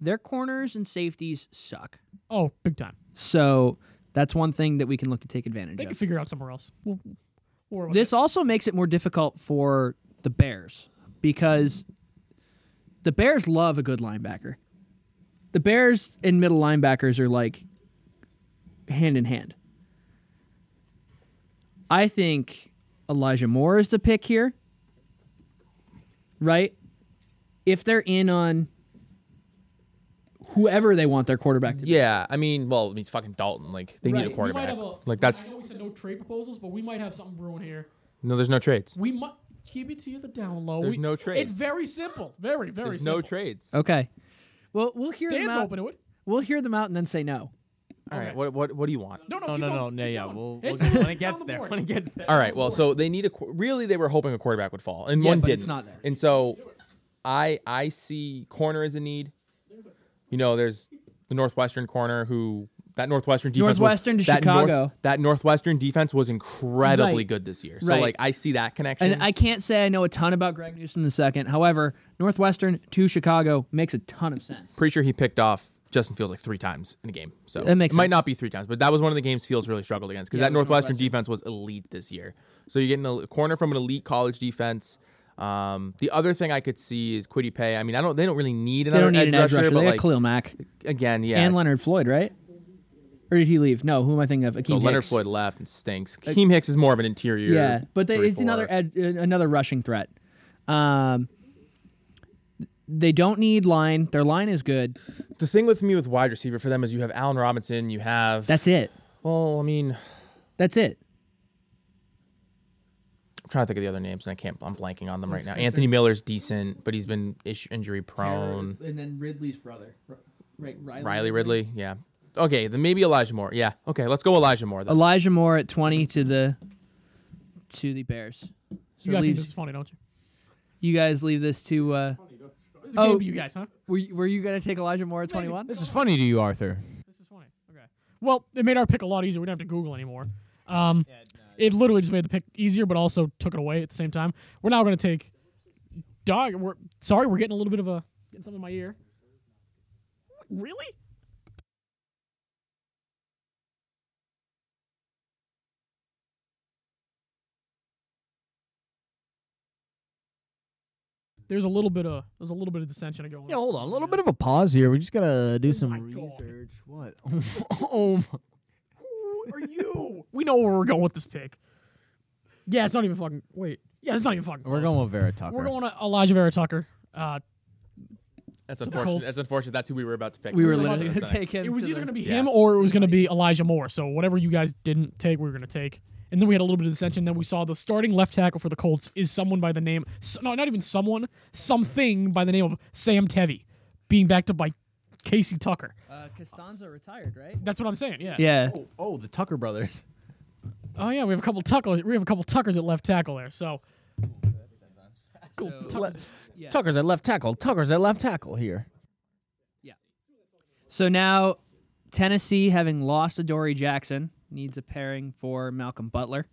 their corners and safeties suck. oh, big time. So that's one thing that we can look to take advantage They can of. figure it out somewhere else. We'll, we'll work with This also makes it more difficult for the Bears because the Bears love a good linebacker. The Bears and middle linebackers are like hand in hand. I think Elijah Moore is the pick here. Right? If they're in on whoever they want their quarterback to be. Yeah, I mean, well, I mean, it's fucking Dalton. Like they Right. need We a might quarterback. have a- like I that's know we said no trade proposals, but we might have something brewing here. no, there's no trades. We might keep it to you the down low. There's We- no trades. It's very simple. Very very There's simple. no trades. Okay. Well, we'll hear them Dan's out. open to it. We'll hear them out and then say no. All right, okay. what what what do you want? No no No, keep no, going, no, no. keep Yeah, going. we'll, we'll It's get, on- when it's it on gets the there. board. When it gets there. All right, well, so they need a qu- really they were hoping a quarterback would fall, and one but didn't. it's not there. And so, I I see corner as a need. You know, there's the northwestern corner who that northwestern defense Northwestern was, to that North- Chicago. that northwestern defense was incredibly Right. good this year. So Right. like I see that connection. And I can't say I know a ton about Greg Newsom II. However, Northwestern to Chicago makes a ton of sense. Pretty sure he picked off Justin Fields like three times in a game. So That makes it might sense. not be three times, but that was one of the games Fields really struggled against because Yeah, that it was Northwestern, Northwestern. defense was elite this year. So you're getting a corner from an elite college defense. Um, the other thing I could see is Quiddy Pay. I mean, I don't. They don't really need They another don't need edge, an edge rusher. but They like got Khalil Mack again, yeah, and it's- Leonard Floyd, right? Or did he leave? No, who am I thinking of? Akeem So Oh, Leonard Hicks. Floyd left and stinks. Keem Hicks is more of an interior. Yeah, but they, three, it's another four. ed, uh, another rushing threat. Um, they don't need line. Their line is good. The thing with me with wide receiver for them is you have Allen Robinson, you have That's it. well, I mean, I'm That's it. trying to think of the other names and I can't. I'm blanking on them right now. Anthony Miller's decent, but he's been ish, injury prone. And then Ridley's brother, right? Riley Ridley, yeah. Okay, then maybe Elijah Moore. Yeah. Okay, let's go Elijah Moore. Then. Elijah Moore at twenty to the to the Bears. So You guys think leaves- this is funny, don't you? You guys leave this to. Uh, It's Oh. game to you guys, huh? were, you- were you gonna take Elijah Moore at twenty one? This is funny to you, Arthur. This is funny. Okay. Well, it made our pick a lot easier. We didn't have to Google anymore. Um, it literally just made the pick easier, but also took it away at the same time. We're now going to take dog. We're sorry, we're getting a little bit of a getting something in my ear. Really? There's a little bit of there's a little bit of dissension going. Yeah, hold on. A little bit of a pause here. We just gotta do some God. research. What? oh, my- Who are you? we know where we're going with this pick. Yeah, it's not even fucking. Wait. Yeah, it's not even fucking. we're close. going with Vera Tucker. We're going to Elijah Vera Tucker. Uh, That's Colts. unfortunate. That's unfortunate. That's who we were about to pick. We were That's literally gonna nice. take him. it was to either going the- to be Yeah. him or it was going to be Elijah Moore. So whatever you guys didn't take, we were going to take. And then we had a little bit of dissension. Then we saw the starting left tackle for the Colts is someone by the name. s no, not even someone. Something by the name of Sam Tevy, being backed up by Casey Tucker. Uh, Costanza retired, right? That's what I'm saying. Yeah. Yeah. Oh, oh, the Tucker brothers. Oh yeah, we have a couple tuckers. We have a couple tuckers at left tackle there. So Cool. So- Tuck- Le- Yeah. Tucker's at left tackle. Tucker's at left tackle here. So now Tennessee, having lost to Dory Jackson, needs a pairing for Malcolm Butler.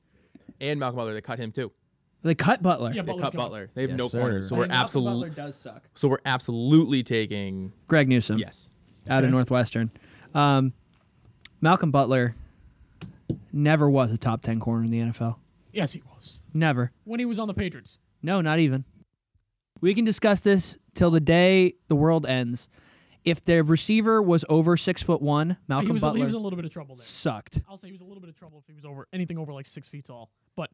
And Malcolm Butler, they cut him too. They cut Butler. Yeah, They Butler's cut gone. Butler. They have Yes, no sir. corner. So I we're Malcolm Butler absolutely does suck. so we're absolutely taking Greg Newsom. yes. out of Okay. Northwestern. Um, Malcolm Butler never was a top 10 corner in the NFL. yes, he was Never. when he was on the Patriots. No, not even. We can discuss this till the day the world ends. If the receiver was over six foot one, he Malcolm was he Butler was in a little bit of trouble there. sucked. I'll say he was a little bit of trouble if he was over anything over like six feet tall. But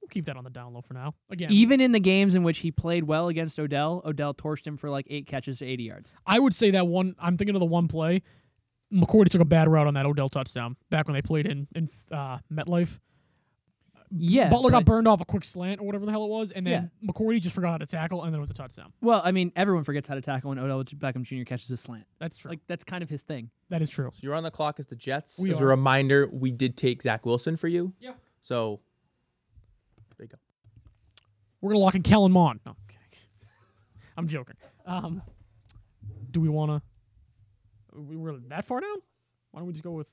we'll keep that on the down low for now. Again, Even in the games in which he played well against Odell, Odell torched him for like eight catches to 80 yards. I would say that one. I'm thinking of the one play. McCourty took a bad route on that Odell touchdown back when they played in in uh, MetLife. Yeah. Butler got but- burned off a quick slant or whatever the hell it was, and then McCourty just forgot how to tackle, and then it was a touchdown. Well, I mean, everyone forgets how to tackle when Odell Beckham Jr. catches a slant. That's true. Like, that's kind of his thing. that is true. So you're on the clock as the Jets. We as are. a reminder, we did take Zach Wilson for you. Yeah. So there you go. We're gonna lock in Kellen Mond. No, okay. I'm joking. Um, do we want to? We were that far down. Why don't we just go with?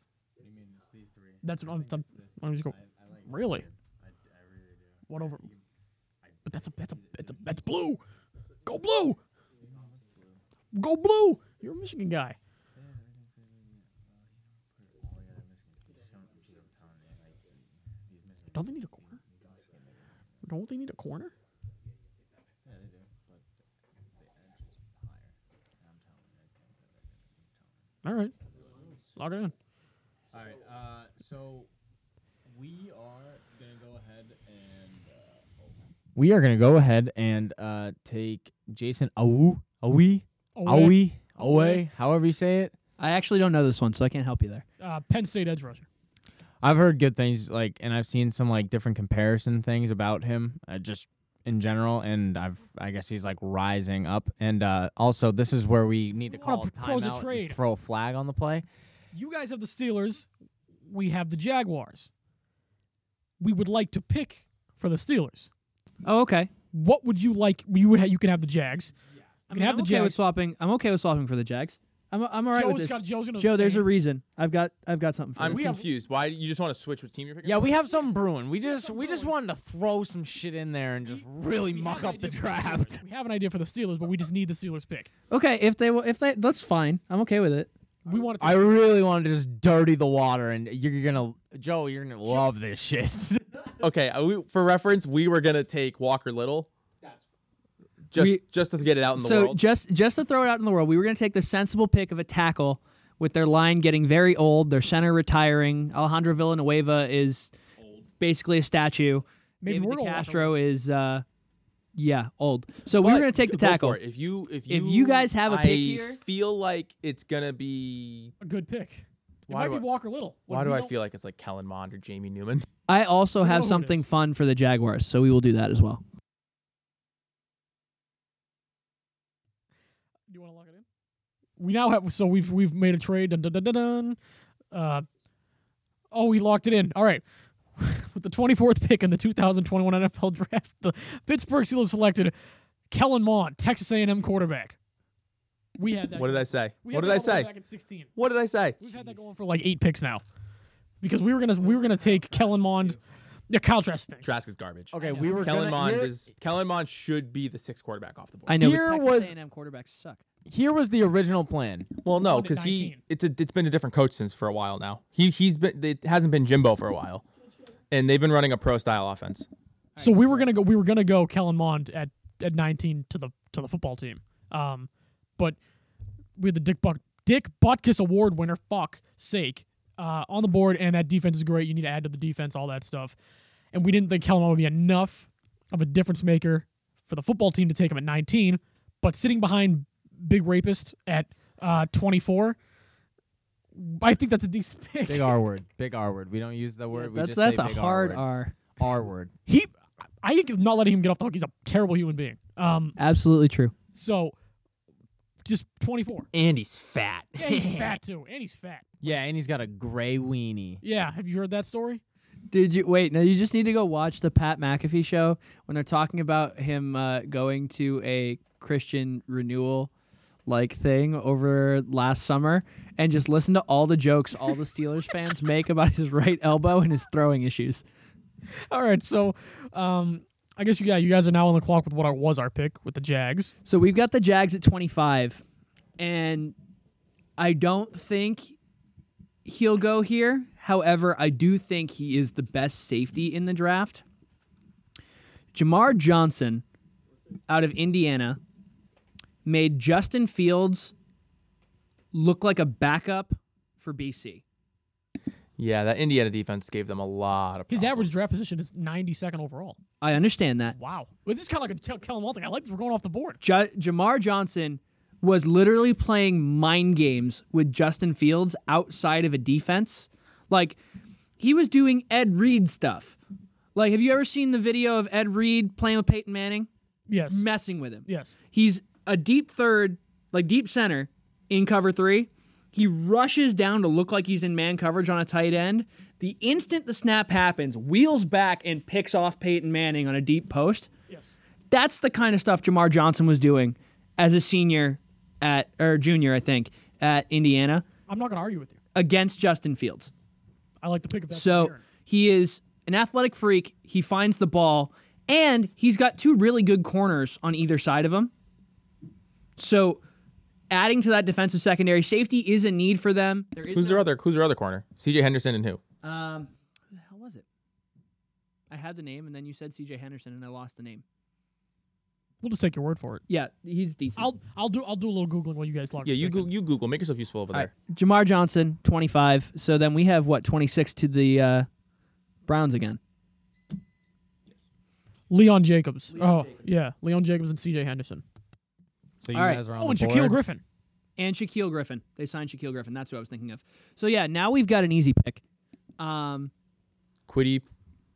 That's what I'm. I'm why don't we just go? Really? What over? But that's a that's a that's a that's blue. Go blue. Go blue. You're a Michigan guy. Don't they need a corner? Don't they need a corner? All right. Log it in. All right. Uh, so we are gonna go ahead and uh, We are going to go ahead and uh, take Jason Awu, Awi, Away. Awi, Awe, however you say it. I actually don't know this one, so I can't help you there. Uh, Penn State edge rusher. I've heard good things, like, and I've seen some like different comparison things about him, uh, just in general. And I've, I guess he's like rising up. And uh, also, this is where we need to Wanna call a propose a timeout, trade. and throw a flag on the play. You guys have the Steelers. We have the Jaguars. We would like to pick for the Steelers. Oh, okay. What would you like? You would ha- you can have the Jags. I You can mean, have I'm the okay with Jags. swapping. I'm okay with swapping for the Jags. I'm I'm all right Joe's with this. got Joe's gonna Joe, there's a abstain. reason. I've got I've got something for I'm this. We have- confused. Why you just want to switch which team you're picking? Yeah, we have something brewing. We just we just wanted to throw some shit in there and just really We muck have an up the idea for draft. Steelers. We have an idea for the Steelers, but we just need the Steelers pick. okay, if they will, if they that's fine. I'm okay with it. We Uh, want to. I really wanted to just dirty the water, and you're gonna Joe, you're gonna love this shit. Okay, uh, we, for reference, we were gonna take Walker Little. Just We- just to get it out in the so world. just just to throw it out in the world, we were gonna take the sensible pick of a tackle with their line getting very old, their center retiring. Alejandro Villanueva is basically a statue. Maybe we're David gonna walk DeCastro is uh, yeah, old. So we were But gonna take the go for tackle. it. If you if you If you guys have a pick I here- feel like it's gonna be. a good pick. It Why might do be I- Walker Little. What Why we do I don't- feel like it's like Kellen Mond or Jamie Newman? I also We know have who it something is. fun for the Jaguars, so we will do that as well. Do you want to lock it in? We now have so we've we've made a trade. Dun, dun, dun, dun, dun. Uh, oh, we locked it in. All right. With the 24th pick in the 2021 NFL Draft, the Pittsburgh Steelers selected Kellen Mond, Texas A&M quarterback. We had that. What did I say? We What had did that I all the way say? Back at 16. What did I say? We've had that going for like eight picks now, because we were gonna we were gonna take Kellen Mond. Yeah, Kyle Trask stinks. Trask is garbage. okay, we were Kellen gonna, Mond here, is Kellen Mond should be the sixth quarterback off the board. I know but Here Texas was- A&M quarterbacks suck. here was the original plan. well, no, One to because he 19. it's a, it's been a different coach since for a while now. He he's been it hasn't been Jimbo for a while, and they've been running a pro style offense. So we were gonna go. We were gonna go Kellen Mond at, at 19 to the to the football team. Um, but we had the Dick Buck Dick Butkus Award winner. Fuck sake, uh, on the board, and that defense is great. You need to add to the defense, all that stuff. And we didn't think Kellen Mond would be enough of a difference maker for the football team to take him at 19. But sitting behind Big Rapist at uh, 24, I think that's a decent pick. Big R word. Big R word. We don't use the word. we That's just that's say a big hard R word. R. R word. He, I think not letting him get off the hook. He's a terrible human being. Um, Absolutely true. So just 24. And he's fat. Yeah, he's fat too. And he's fat. Yeah, and he's got a gray weenie. Yeah, have you heard that story? Did you wait? No, you just need to go watch the Pat McAfee show when they're talking about him uh, going to a Christian renewal like thing over last summer, and just listen to all the jokes all the Steelers fans make about his right elbow and his throwing issues. All right, so um, I guess you yeah, you guys are now on the clock with what I was our pick with the Jags. So we've got the Jags at 25, and I don't think he'll go here. However, I do think he is the best safety in the draft. Jamar Johnson out of Indiana made Justin Fields look like a backup for BC. Yeah, that Indiana defense gave them a lot of. His problems. average draft position is 92nd overall. I understand that. Wow, well, this is kind of like a Kel- Kellen Mond thing. I like this. We're going off the board. Ju- Jamar Johnson was literally playing mind games with Justin Fields outside of a defense. Like he was doing Ed Reed stuff. Like, have you ever seen the video of Ed Reed playing with Peyton Manning, Yes, messing with him? yes. He's a deep third, like deep center in cover three. He rushes down to look like he's in man coverage on a tight end. The instant the snap happens, wheels back and picks off Peyton Manning on a deep post. Yes. That's the kind of stuff Jamar Johnson was doing as a senior at or junior, I think, at Indiana I'm not going to argue with you. against Justin Fields. I like the pick of that. So he is an athletic freak. He finds the ball, and he's got two really good corners on either side of him. So adding to that defensive secondary, safety is a need for them. There is Who's no, their other? Who's their other corner? C.J. Henderson and who? um, who the hell was it? I had the name, and then you said C.J. Henderson, and I lost the name. we'll just take your word for it. Yeah, he's decent. I'll I'll do I'll do a little googling while you guys log. Yeah, you Google. go, you Google. Make yourself useful over All there. right. Jamar Johnson, 25. So then we have what, 26 to the uh, Browns again. Leon Jacobs. oh, yeah. Leon Jacobs and CJ Henderson. So you All right. guys are on Oh, the and Shaquille board. Griffin. And Shaquille Griffin. They signed Shaquille Griffin. That's who I was thinking of. So yeah, now we've got an easy pick. Um, Quiddy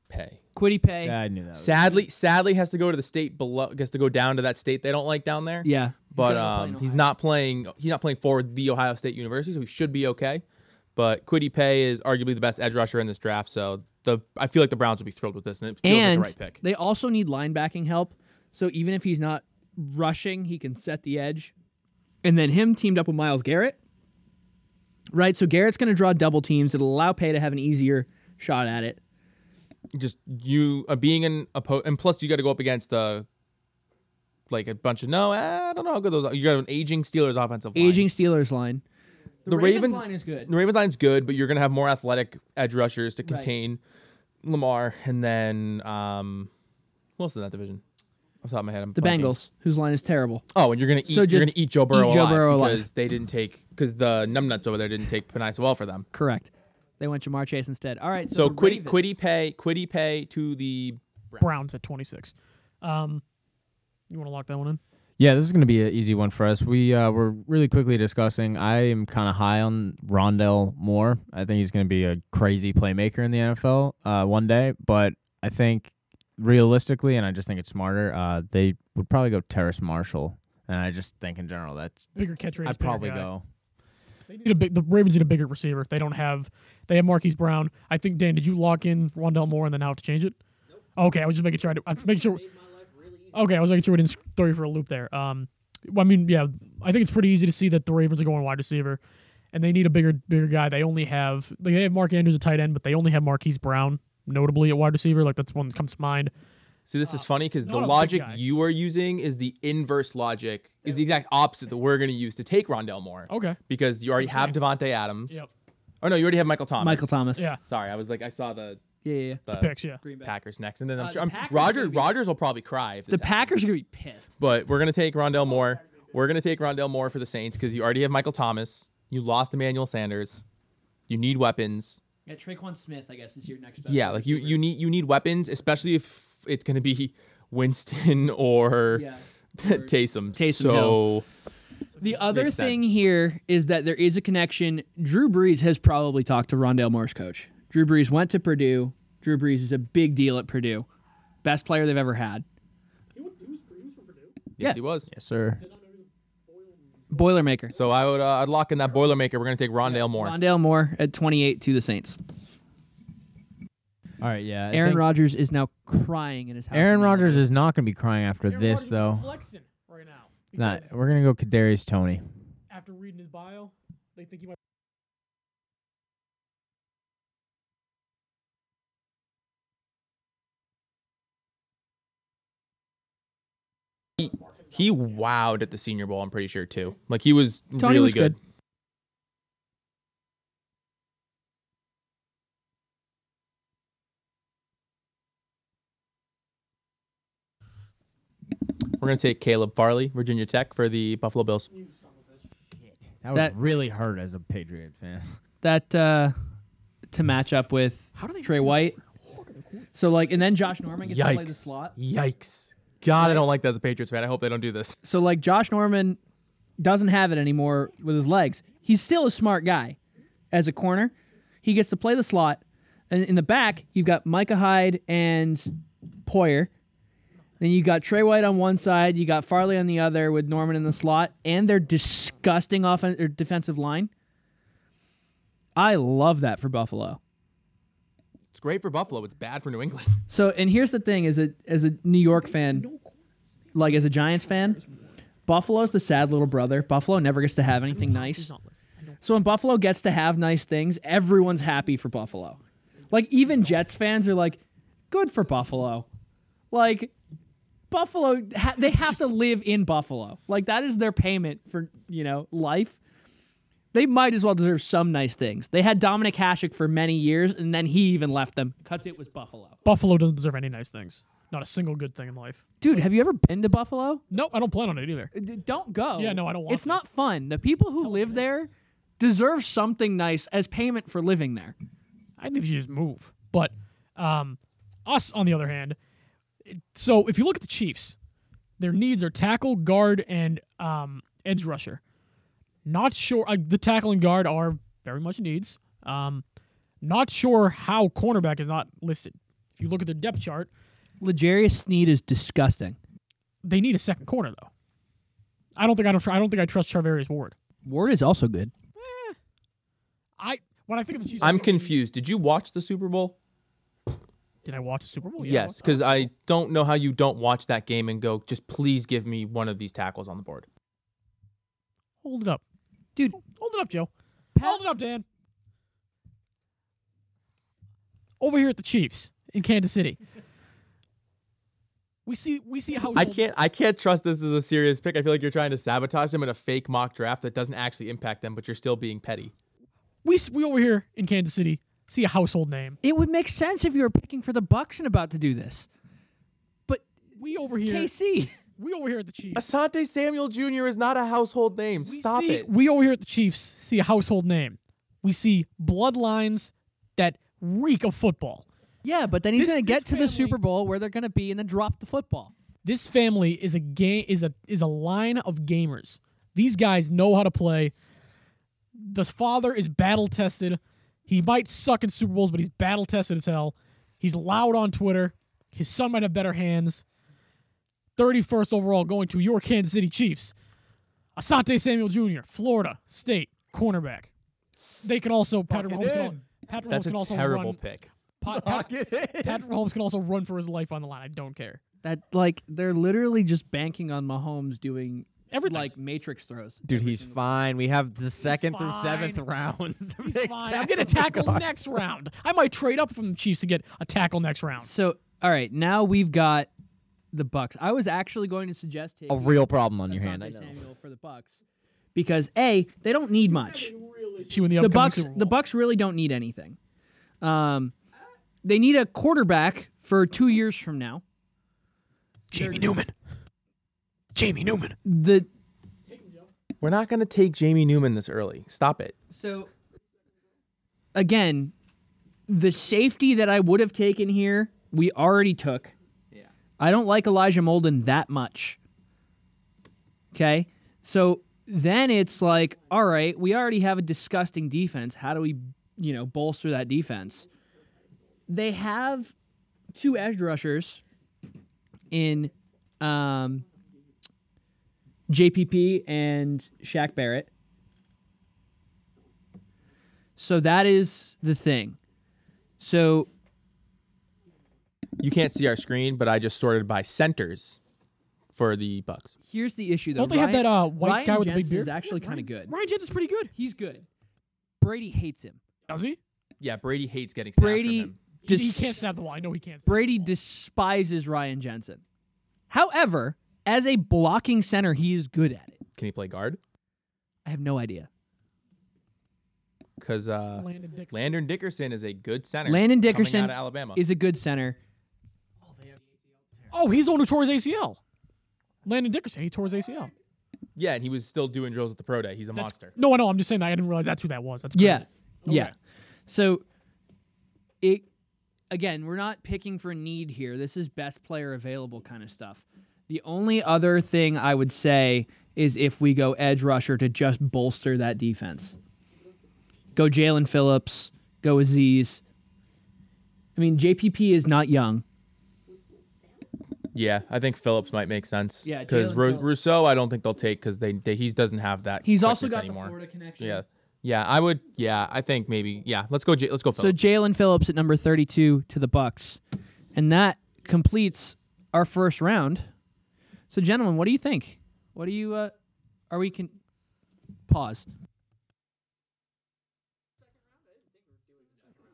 Pay. Quiddy Pay. Yeah, Yeah. I knew that. was- Sadly, sadly has to go to the state below. Gets to go down to that state they don't like down there. yeah. but gonna play in um, he's Ohio. not playing. He's not playing for the Ohio State University, so he should be okay. But Quiddy Pay is arguably the best edge rusher in this draft, so the I feel like the Browns will be thrilled with this, and it feels And like the right pick. they also need linebacking help. So even if he's not rushing, he can set the edge. And then him teamed up with Miles Garrett. Right, so Garrett's going to draw double teams. It'll allow Pay to have an easier shot at it. Just you uh, being an oppo- and plus you got to go up against the like a bunch of no, I don't know how good those. are. You got an aging Steelers offensive line. Aging Steelers line. The, Ravens- line is good. The Ravens line's good, but you're gonna have more athletic edge rushers to Right. contain Lamar, and then um, who else in that division? Off the top of my head, I'm The blanking. Bengals, whose line is terrible. Oh, and you're gonna eat. So you're just gonna eat Joe Burrow, eat Joe alive, Burrow alive. because they didn't take because the numbnuts over there didn't take Panay Sewell for them. Correct. They went Jamar Chase instead. All right. So, So the quiddy Ravens- quiddy pay quiddy pay to the Browns at 26. Um, you want to lock that one in? Yeah, this is going to be an easy one for us. We uh, were really quickly discussing. I am kind of high on Rondell Moore. I think he's going to be a crazy playmaker in the NFL uh, one day. But I think realistically, and I just think it's smarter, uh, they would probably go Terrace Marshall. And I just think in general that's Bigger catch rate. is I'd bigger probably guy. go. They need a big, the Ravens need a bigger receiver. They don't have. They have Marquise Brown. I think Dan, did you lock in Rondell Moore and then now have to change it? Okay, I was just making sure. I, did, I make sure. Okay, I was making sure we didn't throw you for a loop there. Um, well, I mean, yeah, I think it's pretty easy to see that the Ravens are going wide receiver, and they need a bigger, bigger guy. They only have they have Mark Andrews at tight end, but they only have Marquise Brown, notably at wide receiver. Like that's one that comes to mind. See, Um, this is funny because not the a big logic guy. you are using is the inverse logic, is the exact opposite that we're going to use to take Rondell Moore. Okay. Because you already have Devonte Adams. Yep. Oh no, you already have Michael Thomas. Michael Thomas. Yeah. Sorry, I was like, I saw the Yeah. yeah, yeah. the, Picks. Yeah. Green Bay. Packers next, and then I'm Uh, sure the I'm, Packers Roger gonna be- Rogers will probably cry. If this The Oh, happens. Packers are going to be pissed. But we're gonna take Rondell Moore. We're gonna take Rondell Moore for the Saints because you already have Michael Thomas. You lost Emmanuel Sanders. You need weapons. Yeah. Traquan Smith, I guess, is your next best. Yeah, like you, you need you need weapons, especially if it's gonna be Winston or Yeah. Taysom. Taysom So Hill. The other Makes sense. thing here is that there is a connection. Drew Brees has probably talked to Rondell Moore's coach. Drew Brees went to Purdue. Drew Brees is a big deal at Purdue. Best player they've ever had. yes, Yeah. he was. Yes, sir. Boilermaker. So I would uh, I'd lock in that Boilermaker. We're gonna take Rondale Moore. Rondell Moore at 28 to the Saints. All right, yeah. I Aaron think- Rodgers is now crying in his house. Aaron in Malibu. Rodgers is not going to be crying after this, though. Flexing right now. Not. because We're going to go Kadarius Tony. After reading his bio, they think he might. He wowed at the Senior Bowl. I'm pretty sure too. Like he was Tony really was good. good. We're gonna take Caleb Farley, Virginia Tech, for the Buffalo Bills. That would That- really hurt as a Patriot fan. that uh, to match up with How do they Trey White. So like, and then Josh Norman gets to play the Yikes! slot. Yikes! God, I don't like that as a Patriots fan. I hope they don't do this. So like, Josh Norman doesn't have it anymore with his legs. He's still a smart guy as a corner. He gets to play the slot, and in the back you've got Micah Hyde and Poyer. Then you got Trey White on one side, you got Farley on the other with Norman in the slot, and their disgusting offense or defensive line. I love that for Buffalo. It's great for Buffalo. It's bad for New England. So, and here's the thing: as a as a New York fan, like as a Giants fan, Buffalo's the sad little brother. Buffalo never gets to have anything He's nice. not listening. I don't- So when Buffalo gets to have nice things, everyone's happy for Buffalo. Like even Jets fans are like, "Good for Buffalo." Like Buffalo, ha- they have to live in Buffalo. Like that is their payment for you know life. They might as well deserve some nice things. They had Dominic Hasek for many years, and then he even left them because it was Buffalo. Buffalo doesn't deserve any nice things. Not a single good thing in life. Dude, have you ever been to Buffalo? Nope, I don't plan on it either. D- Don't go. Yeah, no, I don't want It's to. not fun. The people who live there deserve something nice as payment for living there. I think you just move. But um, us, on the other hand, it- so if you look at the Chiefs, their needs are tackle, guard, and um, edge rusher. Not sure uh, the tackle and guard are very much needs. Um, not sure how cornerback is not listed. If you look at their depth chart, Legarius Sneed is disgusting. they need a second corner though. I don't think I don't. Tr- I don't think I trust Charvarius Ward. Ward is also good. I when I think of the Chiefs, I I'm think- confused. Did you watch the Super Bowl? Did I watch the Super Bowl? Oh, Yeah, I yes, watched- because I don't know how you don't watch that game and go, just please give me one of these tackles on the board. hold it up, Dude, Hold it up, Joe. Hold it up, Dan. Over here at the Chiefs in Kansas City, we see we see how I can't. I can't trust this is a serious pick. I feel like you're trying to sabotage them in a fake mock draft that doesn't actually impact them, but you're still being petty. we s- we over here in Kansas City see a household name. it would make sense if you were picking for the Bucks and about to do this. But We over here KC. we over here at the Chiefs. Asante Samuel Jr. is not a household name. We Stop see- it. We over here at the Chiefs see a household name. We see bloodlines that reek of football. Yeah, but then he's This- going to get this to the family- Super Bowl where they're going to be and then drop the football. This family is a game is a is a line of gamers. These guys know how to play. The father is battle tested. He might suck in Super Bowls, but he's battle tested as hell. He's loud on Twitter. His son might have better hands. 31st overall going to your Kansas City Chiefs. Asante Samuel Jr., Florida State cornerback. They can also Patrick Mahomes can, al- Patrick Mahomes That's a can also terrible run. pick. Pa- Pat- Patrick Mahomes can also run for his life on the line. I don't care. That like they're literally just banking on Mahomes doing Everything. like matrix throws. Dude, he's fine. We have the second through seventh fine. rounds. to He's make fine. I'm gonna tackle next round. I might trade up from the Chiefs to get a tackle next round. So, all right, now we've got the Bucks. I was actually going to suggest a taking real problem on your hand. I Asante know. Samuel for the Bucks because a they don't need much. She win the The upcoming Bucks Super the Bowl. Bucks really don't need anything. Um, they need a quarterback for two years from now. Jamie Newman. Jamie Newman. The We're not gonna take Jamie Newman this early. Stop it. so again, the safety that I would have taken here, we already took. Yeah. I don't like Elijah Molden that much. Okay? So then it's like, all right, we already have a disgusting defense. How do we, you know, bolster that defense? They have two edge rushers in um, JPP and Shaq Barrett. So that is the thing. So You can't see our screen, but I just sorted by centers for the Bucks. Here's the issue, though. Don't they have Ryan- that uh, white Ryan guy with the big Jensen beard? Is actually Yeah, kind of Ryan- good. Ryan Jensen's pretty good. He's good. Brady hates him. Does he? Yeah, Brady hates getting snaps Brady. Brady. Dis- he, he can't snap the ball. I know he can't. Snap Brady the ball. despises Ryan Jensen. However, as a blocking center, he is good at it. Can he play guard? I have no idea. Because uh, Landon Dickerson. Landon Dickerson is a good center. Landon coming Dickerson out of Alabama. Is a good center. Oh, he's the one who tore his ACL. Landon Dickerson. He tore his ACL. yeah, and he was still doing drills at the pro day. He's a That's- monster. No, I know. I'm just saying that. I didn't realize that's who that was. That's crazy. Yeah. Yeah. Okay. So it again, we're not picking for need here. This is best player available kind of stuff. The only other thing I would say is if we go edge rusher to just bolster that defense. Go Jalen Phillips, go Aziz. I mean, JPP is not young. Yeah, I think Phillips might make sense. Yeah, because Jalen Phillips. Rousseau, I don't think they'll take because they, they he doesn't have that. He's also quickness got anymore. the Florida connection. Yeah, yeah, I would. Yeah, I think maybe. Yeah, let's go. J- let's go. So Phillips. Jalen Phillips at number 32 to the Bucks, and that completes our first round. So, gentlemen, what do you think? What do you? Uh, are we can pause?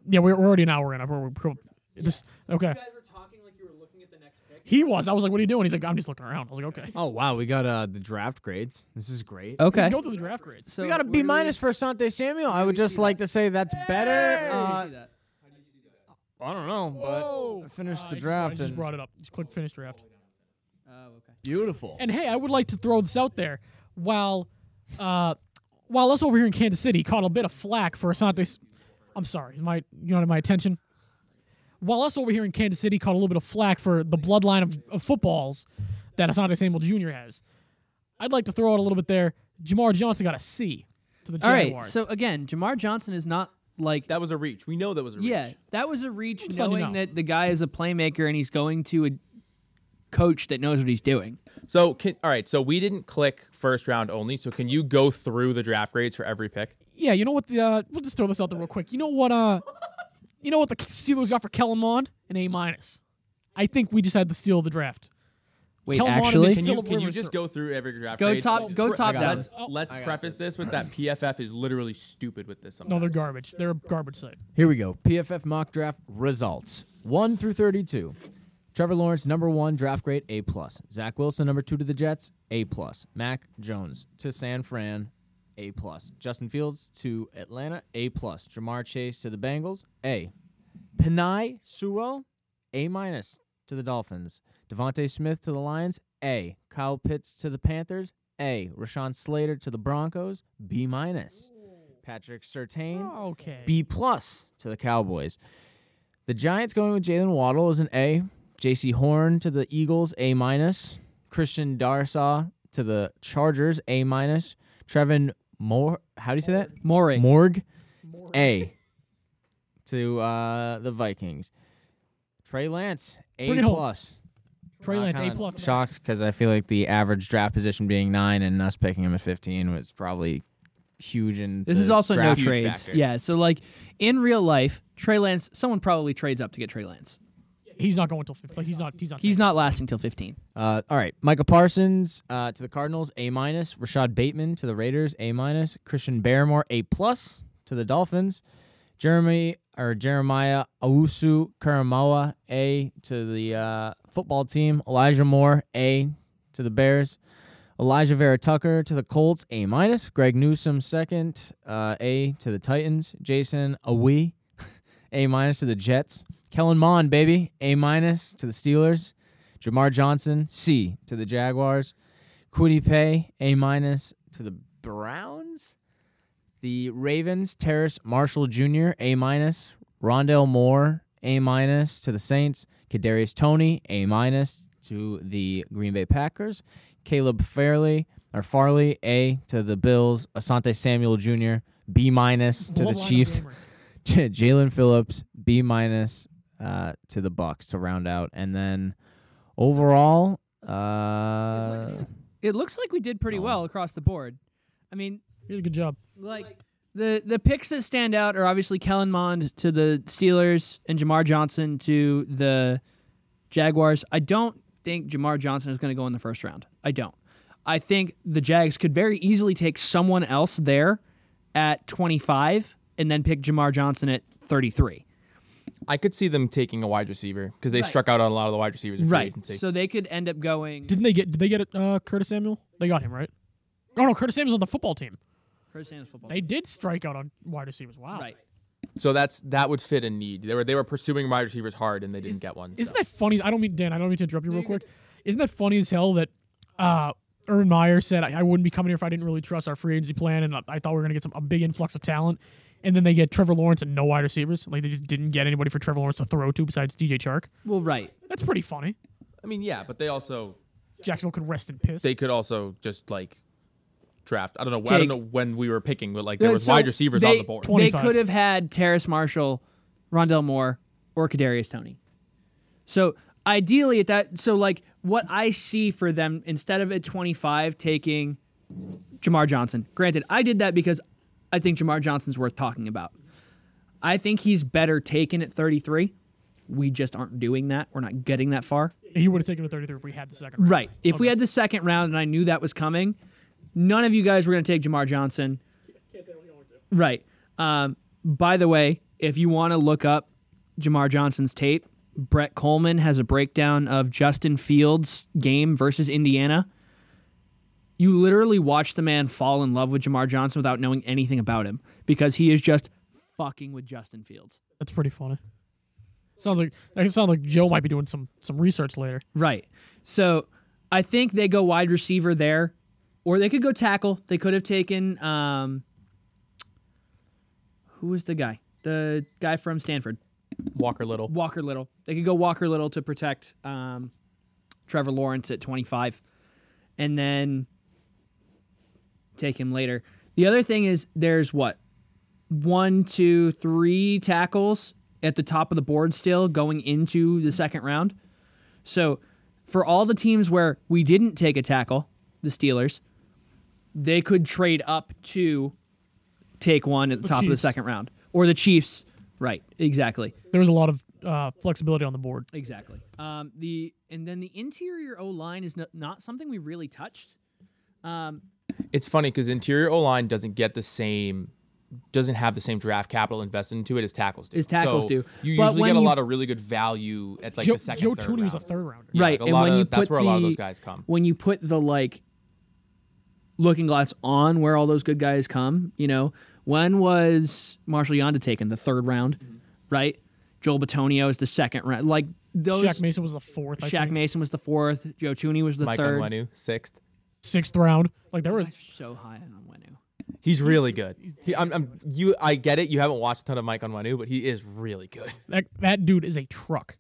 Yeah, we're, we're already an hour in. I've already pro- this. Okay. guys were talking like you were looking at the next pick. He was. I was like, "What are you doing?" He's like, "I'm just looking around." I was like, "Okay." Oh wow, we got uh, the draft grades. This is great. Okay. Go through the draft grades. So we got a where B do minus for Asante Samuel. I would just like to say that's better. Where do you Uh, see that? I don't know, but I finished Uh, I the just- I draft just and brought it up. Just click finish draft. Oh, okay. beautiful. And hey, I would like to throw this out there. While, uh, while us over here in Kansas City caught a bit of flack for Asante, S- I'm sorry, is my you know my attention. While us over here in Kansas City caught a little bit of flack for the bloodline of, of footballs that Asante Samuel Jr. has, I'd like to throw out a little bit there. Jamar Johnson got a C to the All Jaguars. right. So again, Jamar Johnson is not like that was a reach. We know that was a reach. Yeah, that was a reach, just letting you knowing know. that the guy is a playmaker and he's going to a coach that knows what he's doing. So can all right. So we didn't click first round only. So can you go through the draft grades for every pick? yeah, you know what? The uh, we'll just throw this out there real quick. You know what? Uh, you know what the Steelers got for Kellen Mond an A minus. I think we just had the steal of the draft. Wait, Kellen Mond and actually, his Can you Phillip can you Rivers just through. go through every draft? Go grade? top- go Pre- top I got down. Oh, Let's, let's I got preface this. with that PFF is literally stupid with this. No, Sometimes. they're garbage. They're a garbage site. Here we go. PFF mock draft results one through thirty-two. Trevor Lawrence, number one, draft grade A plus. Zach Wilson, number two to the Jets, A plus. Mac Jones to San Fran, A plus. Justin Fields to Atlanta, A plus. Jamar Chase to the Bengals, A. Panay Sewell, A minus to the Dolphins. Devontae Smith to the Lions, A. Kyle Pitts to the Panthers, A. Rashawn Slater to the Broncos, B minus. Patrick Sertain, Okay. B plus to the Cowboys. The Giants going with Jalen Waddle is an A. J.C. Horn to the Eagles A minus. Christian Darsaw to the Chargers A minus. Trevin Moore, how do you say that? Morey. Morg A to uh, the Vikings. Trey Lance A Bring it home. plus. Trey Lance A kinda plus. Shocked because I feel like the average draft position being nine and us picking him at fifteen was probably huge. And This is also no huge trades. factor. Yeah. So like in real life, Trey Lance, someone probably trades up to get Trey Lance. He's not going till fifth. Like he's not. He's not. He's not lasting till 15. Uh, all right, Michael Parsons uh, to the Cardinals, A minus. Rashad Bateman to the Raiders, A minus. Christian Barrymore, A plus to the Dolphins. Jeremy or Jeremiah Awusu Karamawa, A to the uh, football team. Elijah Moore, A to the Bears. Elijah Vera Tucker to the Colts, A minus. Greg Newsom second, uh, A to the Titans. Jason Awee, A minus to the Jets. Kellen Mond, baby, A minus to the Steelers. Jamar Johnson, C to the Jaguars. Quiddy Pay, A minus to the Browns. The Ravens, Terrace Marshall Jr., A minus. Rondell Moore, A minus to the Saints. Kadarius Tony, A minus to the Green Bay Packers. Caleb Fairley or Farley, A to the Bills. Asante Samuel Jr., B minus to the Bloodline of Chiefs. gamers. J- Jalen Phillips B minus uh, to the Bucks to round out, and then overall, uh, It looks like we did Oh. pretty well across the board. I mean, You did a good job. like the the picks that stand out are obviously Kellen Mond to the Steelers and Jamar Johnson to the Jaguars. I don't think Jamar Johnson is going to go in the first round. I don't. I think the Jags could very easily take someone else there at 25 and then pick Jamar Johnson at 33. I could see them taking a wide receiver because they Right. struck out on a lot of the wide receivers in free Right. agency. So they could end up going. Didn't they get? Did they get uh, Curtis Samuel? They got him right. Oh no, Curtis Samuel's on the football team. Curtis Samuel's football. They did strike out on wide receivers. Wow. right. So that's that would fit a need. They were they were pursuing wide receivers hard and they didn't get one. Isn't so. that funny? I don't mean Dan. I don't mean to interrupt you real quick. Isn't that funny as hell that uh, Urban Meyer said I, I wouldn't be coming here if I didn't really trust our free agency plan, and I, I thought we were going to get some a big influx of talent, and then they get Trevor Lawrence and no wide receivers. Like they just didn't get anybody for Trevor Lawrence to throw to besides DJ Chark. Well, right. That's pretty funny. I mean, yeah, but they also Jacksonville could rest in piss. they could also just like draft. I don't know. I Take- don't know when we were picking, but like there Uh, was so wide receivers they, on the board. Twen- They 25. could have had Terrace Marshall, Rondell Moore, or Kadarius Tony. So ideally, at that, so like what I see for them instead of at twenty five taking Jamar Johnson. Granted, I did that because I think Jamar Johnson's worth talking about. I think he's better taken at thirty three. We just aren't doing that. We're not getting that far. he would have taken a 33 if we had the second. round. Right. If we had the second round and I knew that was coming, none of you guys were going to take Jamar Johnson. Right. Um, by the way, if you want to look up Jamar Johnson's tape, Brett Coleman has a breakdown of Justin Fields' game versus Indiana. You literally watch the man fall in love with Jamar Johnson without knowing anything about him because he is just fucking with Justin Fields. That's pretty funny. Sounds like that sounds like Joe might be doing some some research later. Right. So I think they go wide receiver there, or they could go tackle. They could have taken um, who was the guy? The guy from Stanford, Walker Little. Walker Little. They could go Walker Little to protect um, Trevor Lawrence at 25, and then take him later. The other thing is there's what one, two, three tackles at the top of the board still going into the second round. So for all the teams where we didn't take a tackle, the Steelers, they could trade up to take one at the, The top of the Chiefs. second round. Or the Chiefs. Right. Exactly. There was a lot of uh, flexibility on the board. Exactly. Um, the and then the interior O line is no, not something we really touched. It's funny because interior O line doesn't get the same, doesn't have the same draft capital invested into it as tackles do. As tackles So do. You But usually when get a you- lot of really good value at like Joe, the second. Joe third Tooney was a rounds. third rounder. Yeah, right. a and lot when of- you that's put where a lot of those the- guys come. When you put the like looking glass on where all those good guys come, you know, when was Marshall Yonda taken? The third round, right? Joel Batonio is the second round. Like those Shaq Mason was the fourth. I Shaq think. Mason was the fourth. Joe Tooney was the Mike third. Onwenu, sixth. sixth round. Like there Guys was are so high on Wenu. He's really good. He, I'm, I'm, you, I get it. You haven't watched a ton of Mike Onwenu, but he is really good. that, that dude is a truck.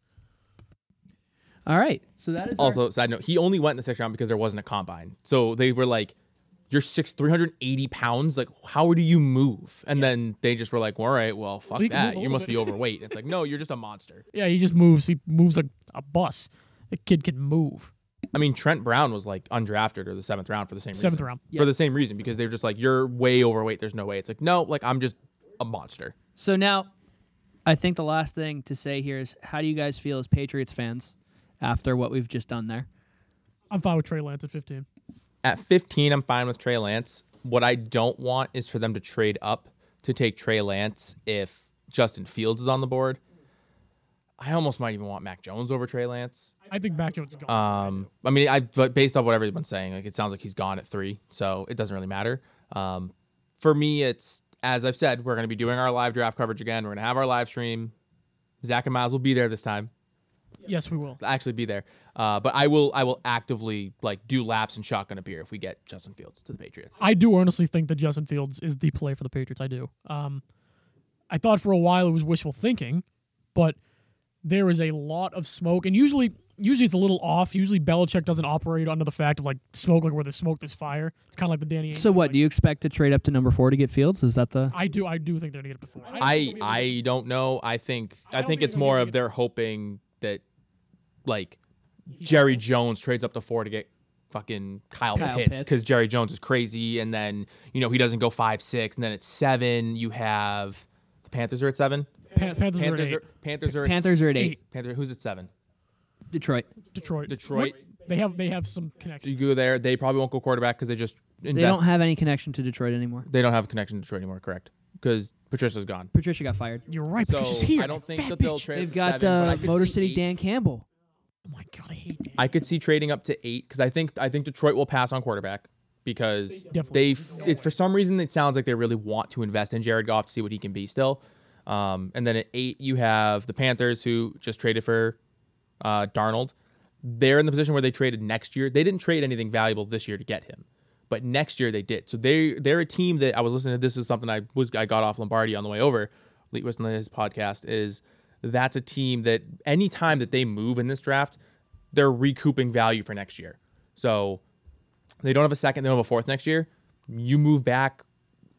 All right, so that is our- Also, side note, he only went in the sixth round because there wasn't a combine. So they were like, "You're six, three hundred eighty pounds. Like, how do you move?" And then they just were like, "All right, well, fuck Well, he can move that. a You little must bit." be overweight." And it's like, no, you're just a monster. Yeah, he just moves. He moves like a bus. The kid can move. I mean, Trent Brown was like undrafted or the seventh round for the same Seventh reason. round. for the same reason because they're just like, "You're way overweight. There's no way." It's like, no, like I'm just a monster. So now, I think the last thing to say here is, how do you guys feel as Patriots fans after what we've just done there? I'm fine with Trey Lance at 15. At 15, I'm fine with Trey Lance. What I don't want is for them to trade up to take Trey Lance if Justin Fields is on the board. I almost might even want Mac Jones over Trey Lance. I think Mac Jones is gone. Um, I mean, I but based off what everyone's saying, like it sounds like he's gone at three, so it doesn't really matter. Um, for me, it's as I've said, we're going to be doing our live draft coverage again. We're going to have our live stream. Zach and Miles will be there this time yes, we will. actually be there. Uh, but I will I will actively like do laps and shotgun a beer if we get Justin Fields to the Patriots. I do honestly think that Justin Fields is the play for the Patriots. I do. Um, I thought for a while it was wishful thinking, but there is a lot of smoke, and usually, usually it's a little off. Usually, Belichick doesn't operate under the fact of like smoke, like where there's smoke, there's fire. It's kind of like the Danny. Ainge So thing, what like- do you expect to trade up to number four to get Fields? Is that the I do. I do think they're gonna get it before. I I don't know. I think don't I, think think it's they're more gonna of get- they're hoping that like Jerry Jones trades up to four to get fucking Kyle, Kyle Pitts Pitts. because Jerry Jones is crazy, and then you know he doesn't go five six, and then at seven you have the Panthers are at seven. Pan- Panthers, are at Panthers eight. are Panthers are at Panthers are at eight? Eight. Panther, who's at seven? Detroit. Detroit. Detroit. What- They have they have some connection. You go there, they probably won't go quarterback because they just invest. They don't have any connection to Detroit anymore. they don't have a connection to Detroit anymore, correct? Because Patricia's gone. Patricia got fired. You're right, So but she's here. I don't think fat that they'll bitch. trade. They've for got seven, but I uh, could Motor see City eight. Dan Campbell. Oh my god, I hate that. I could see trading up to eight because I think I think Detroit will pass on quarterback because Definitely. they f- it, for some reason it sounds like they really want to invest in Jared Goff to see what he can be still. Um, and then at eight you have the Panthers who just traded for uh, Darnold. They're in the position where they traded next year. They didn't trade anything valuable this year to get him, but next year they did. So they they're a team that I was listening to. This is something I was I got off Lombardi on the way over. Lee listening to his podcast is that's a team that any time that they move in this draft, they're recouping value for next year. So they don't have a second, they don't have a fourth next year. You move back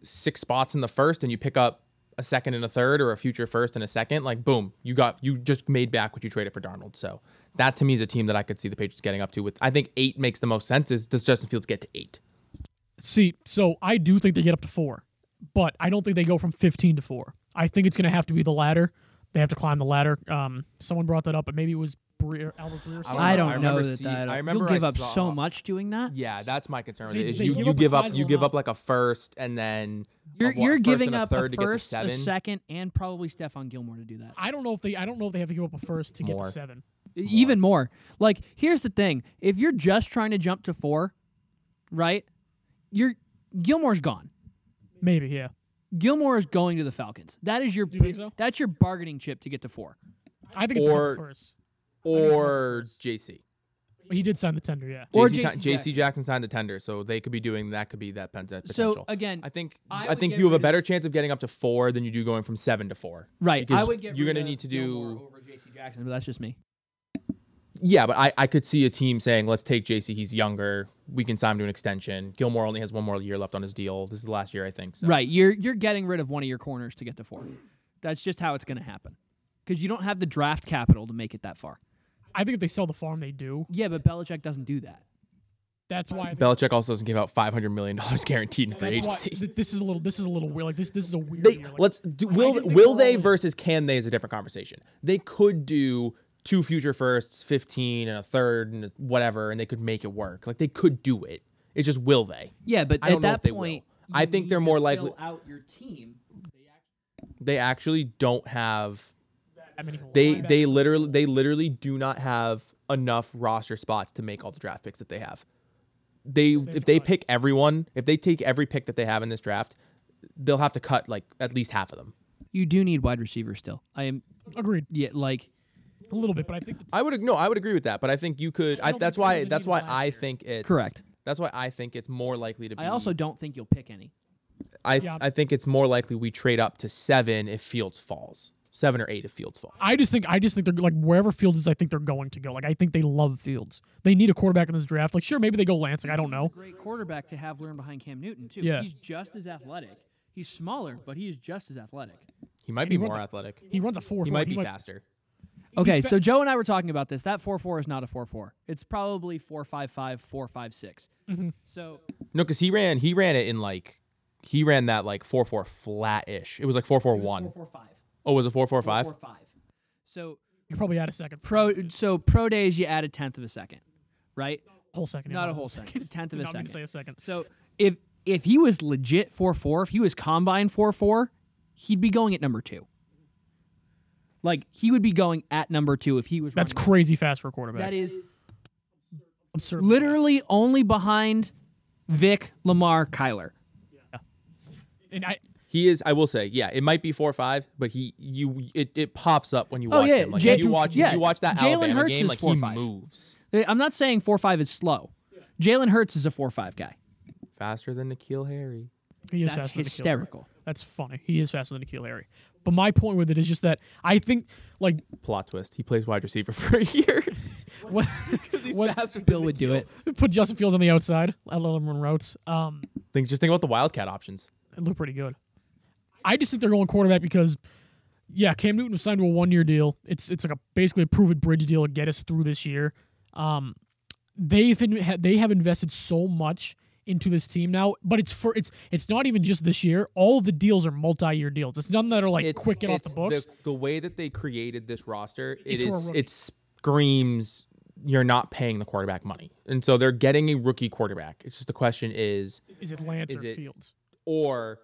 six spots in the first and you pick up a second and a third or a future first and a second, like boom, you got you just made back what you traded for Darnold. So that to me is a team that I could see the Patriots getting up to with I think eight makes the most sense. Is does Justin Fields get to eight? See, so I do think they get up to four, but I don't think they go from 15 to four. I think it's going to have to be the ladder. They have to climb the ladder. Um, someone brought that up, but maybe it was Breer, Albert Breer. I Or I don't don't know. I know remember that. see- that I remember you'll give I up so saw- much doing that. Yeah, that's my concern with They- it. Is they you, give you up a give up sizable you give up amount. like a first and then You're, a wa- you're first giving and up third a to get to first, a seven. second, and probably Stefan Gilmore to do that. I don't know if they. I don't know if they have to give up a first to get More. to seven. Even more. Like, here's the thing: if you're just trying to jump to four, right? You're Gilmore's gone. Maybe, yeah. Gilmore is going to the Falcons. That is your You think so? that's your bargaining chip to get to four. I think it's Or- a first. or JC. He did sign the tender, yeah. Or JC, Jason Jackson. JC Jackson signed the tender, so they could be doing that. Could be that, pen- that potential. So again, I think I I, would think get you have a rid of- better chance of getting up to four than you do going from seven to four. right? I because would get you're rid gonna of need to Gilmore do- over J.C. Jackson, but that's just me. Yeah, but I, I could see a team saying, let's take JC. He's younger. We can sign him to an extension. Gilmore only has one more year left on his deal. This is the last year, I think. So. Right. You're you're getting rid of one of your corners to get to four. That's just how it's going to happen because you don't have the draft capital to make it that far. I think if they sell the farm, they do. Yeah, but Belichick doesn't do that. That's why. I think, Belichick also doesn't give out five hundred million dollars guaranteed in free that's why agency. th- this is a little. This is a little weird. Like this. This is a weird. they year. Like, let's do, will didn't think they will were they all in. versus can they is a different conversation. They could do two future firsts, fifteen and a third and whatever, and they could make it work. Like they could do it. It's just will they? Yeah, but I at don't know that if they will. point, I you think need they're to more fill likely- out your team. They actually don't have that many holes. they they literally they literally do not have enough roster spots to make all the draft picks that they have. They if they pick everyone, if they take every pick that they have in this draft, they'll have to cut like at least half of them. You do need wide receivers still. I am agreed yeah, like a little bit, but I think the I would no, I would agree with that, but I think you could. I I don't that's think so, why. because That's he why was last I year. think it's Correct. That's why I think it's more likely to be. I also don't think you'll pick any. I Yeah. I think it's more likely we trade up to seven if Fields falls, seven or eight if Fields falls. I just think I just think they're like wherever Fields is, I think they're going to go. Like I think they love Fields. They need a quarterback in this draft. Like sure, maybe they go Lansing. I don't know. Great quarterback to have learned behind Cam Newton too. Yeah. He's just as athletic. He's smaller, but he is just as athletic. He might he be wants more a- athletic. He runs a four. He might be faster. Okay, fa- so Joe and I were talking about this. That four four is not a four four. It's probably four five five, four five six. So No, because he ran. He ran it in like. He ran that like four four flat ish. It was like four four one. four five. Oh, was it four four five? Four five. So You probably add a second, pro so pro days you add a tenth of a second, right? whole second, yeah, Not a whole second, a tenth of Did a not mean second. to say a second. So if if he was legit four four, if he was combine four four, he'd be going at number two. Like he would be going at number two if he was. That's running. crazy fast for a quarterback. that is absurd. literally only behind Vic, Lamar, Kyler. And I, He is. I will say, yeah, it might be four five, but he you it, it pops up when you Oh, watch yeah, him. Like Jay- if you watch if yeah, you watch that Jalen Alabama Hurts game, is like 4'5". he moves Eh, I'm not saying four five is slow. Jalen Hurts is a four five guy. faster than Nikhil Harry. he is faster That's than Nikhil Harry. hysterical. That's funny. He is faster than Nikhil Harry. But my point with it is just that I think like Plot twist: He plays wide receiver for a year. what, what Bill would do it. put Justin Fields on the outside. I let him run routes. Um, think just think about the Wildcat options. it looked pretty good. I just think they're going quarterback because, yeah, Cam Newton was signed to a one-year deal. It's it's like a basically a proven bridge deal to get us through this year. Um, they've in, ha- they have invested so much into this team now, but it's for it's it's not even just this year. All of the deals are multi-year deals. It's none that are like quick get off the it's books. The, way that they created this roster, it It's for a is rookie. it's screams you're not paying the quarterback money. And so they're getting a rookie quarterback. It's just the question is Is it Lance Is or it- Fields? or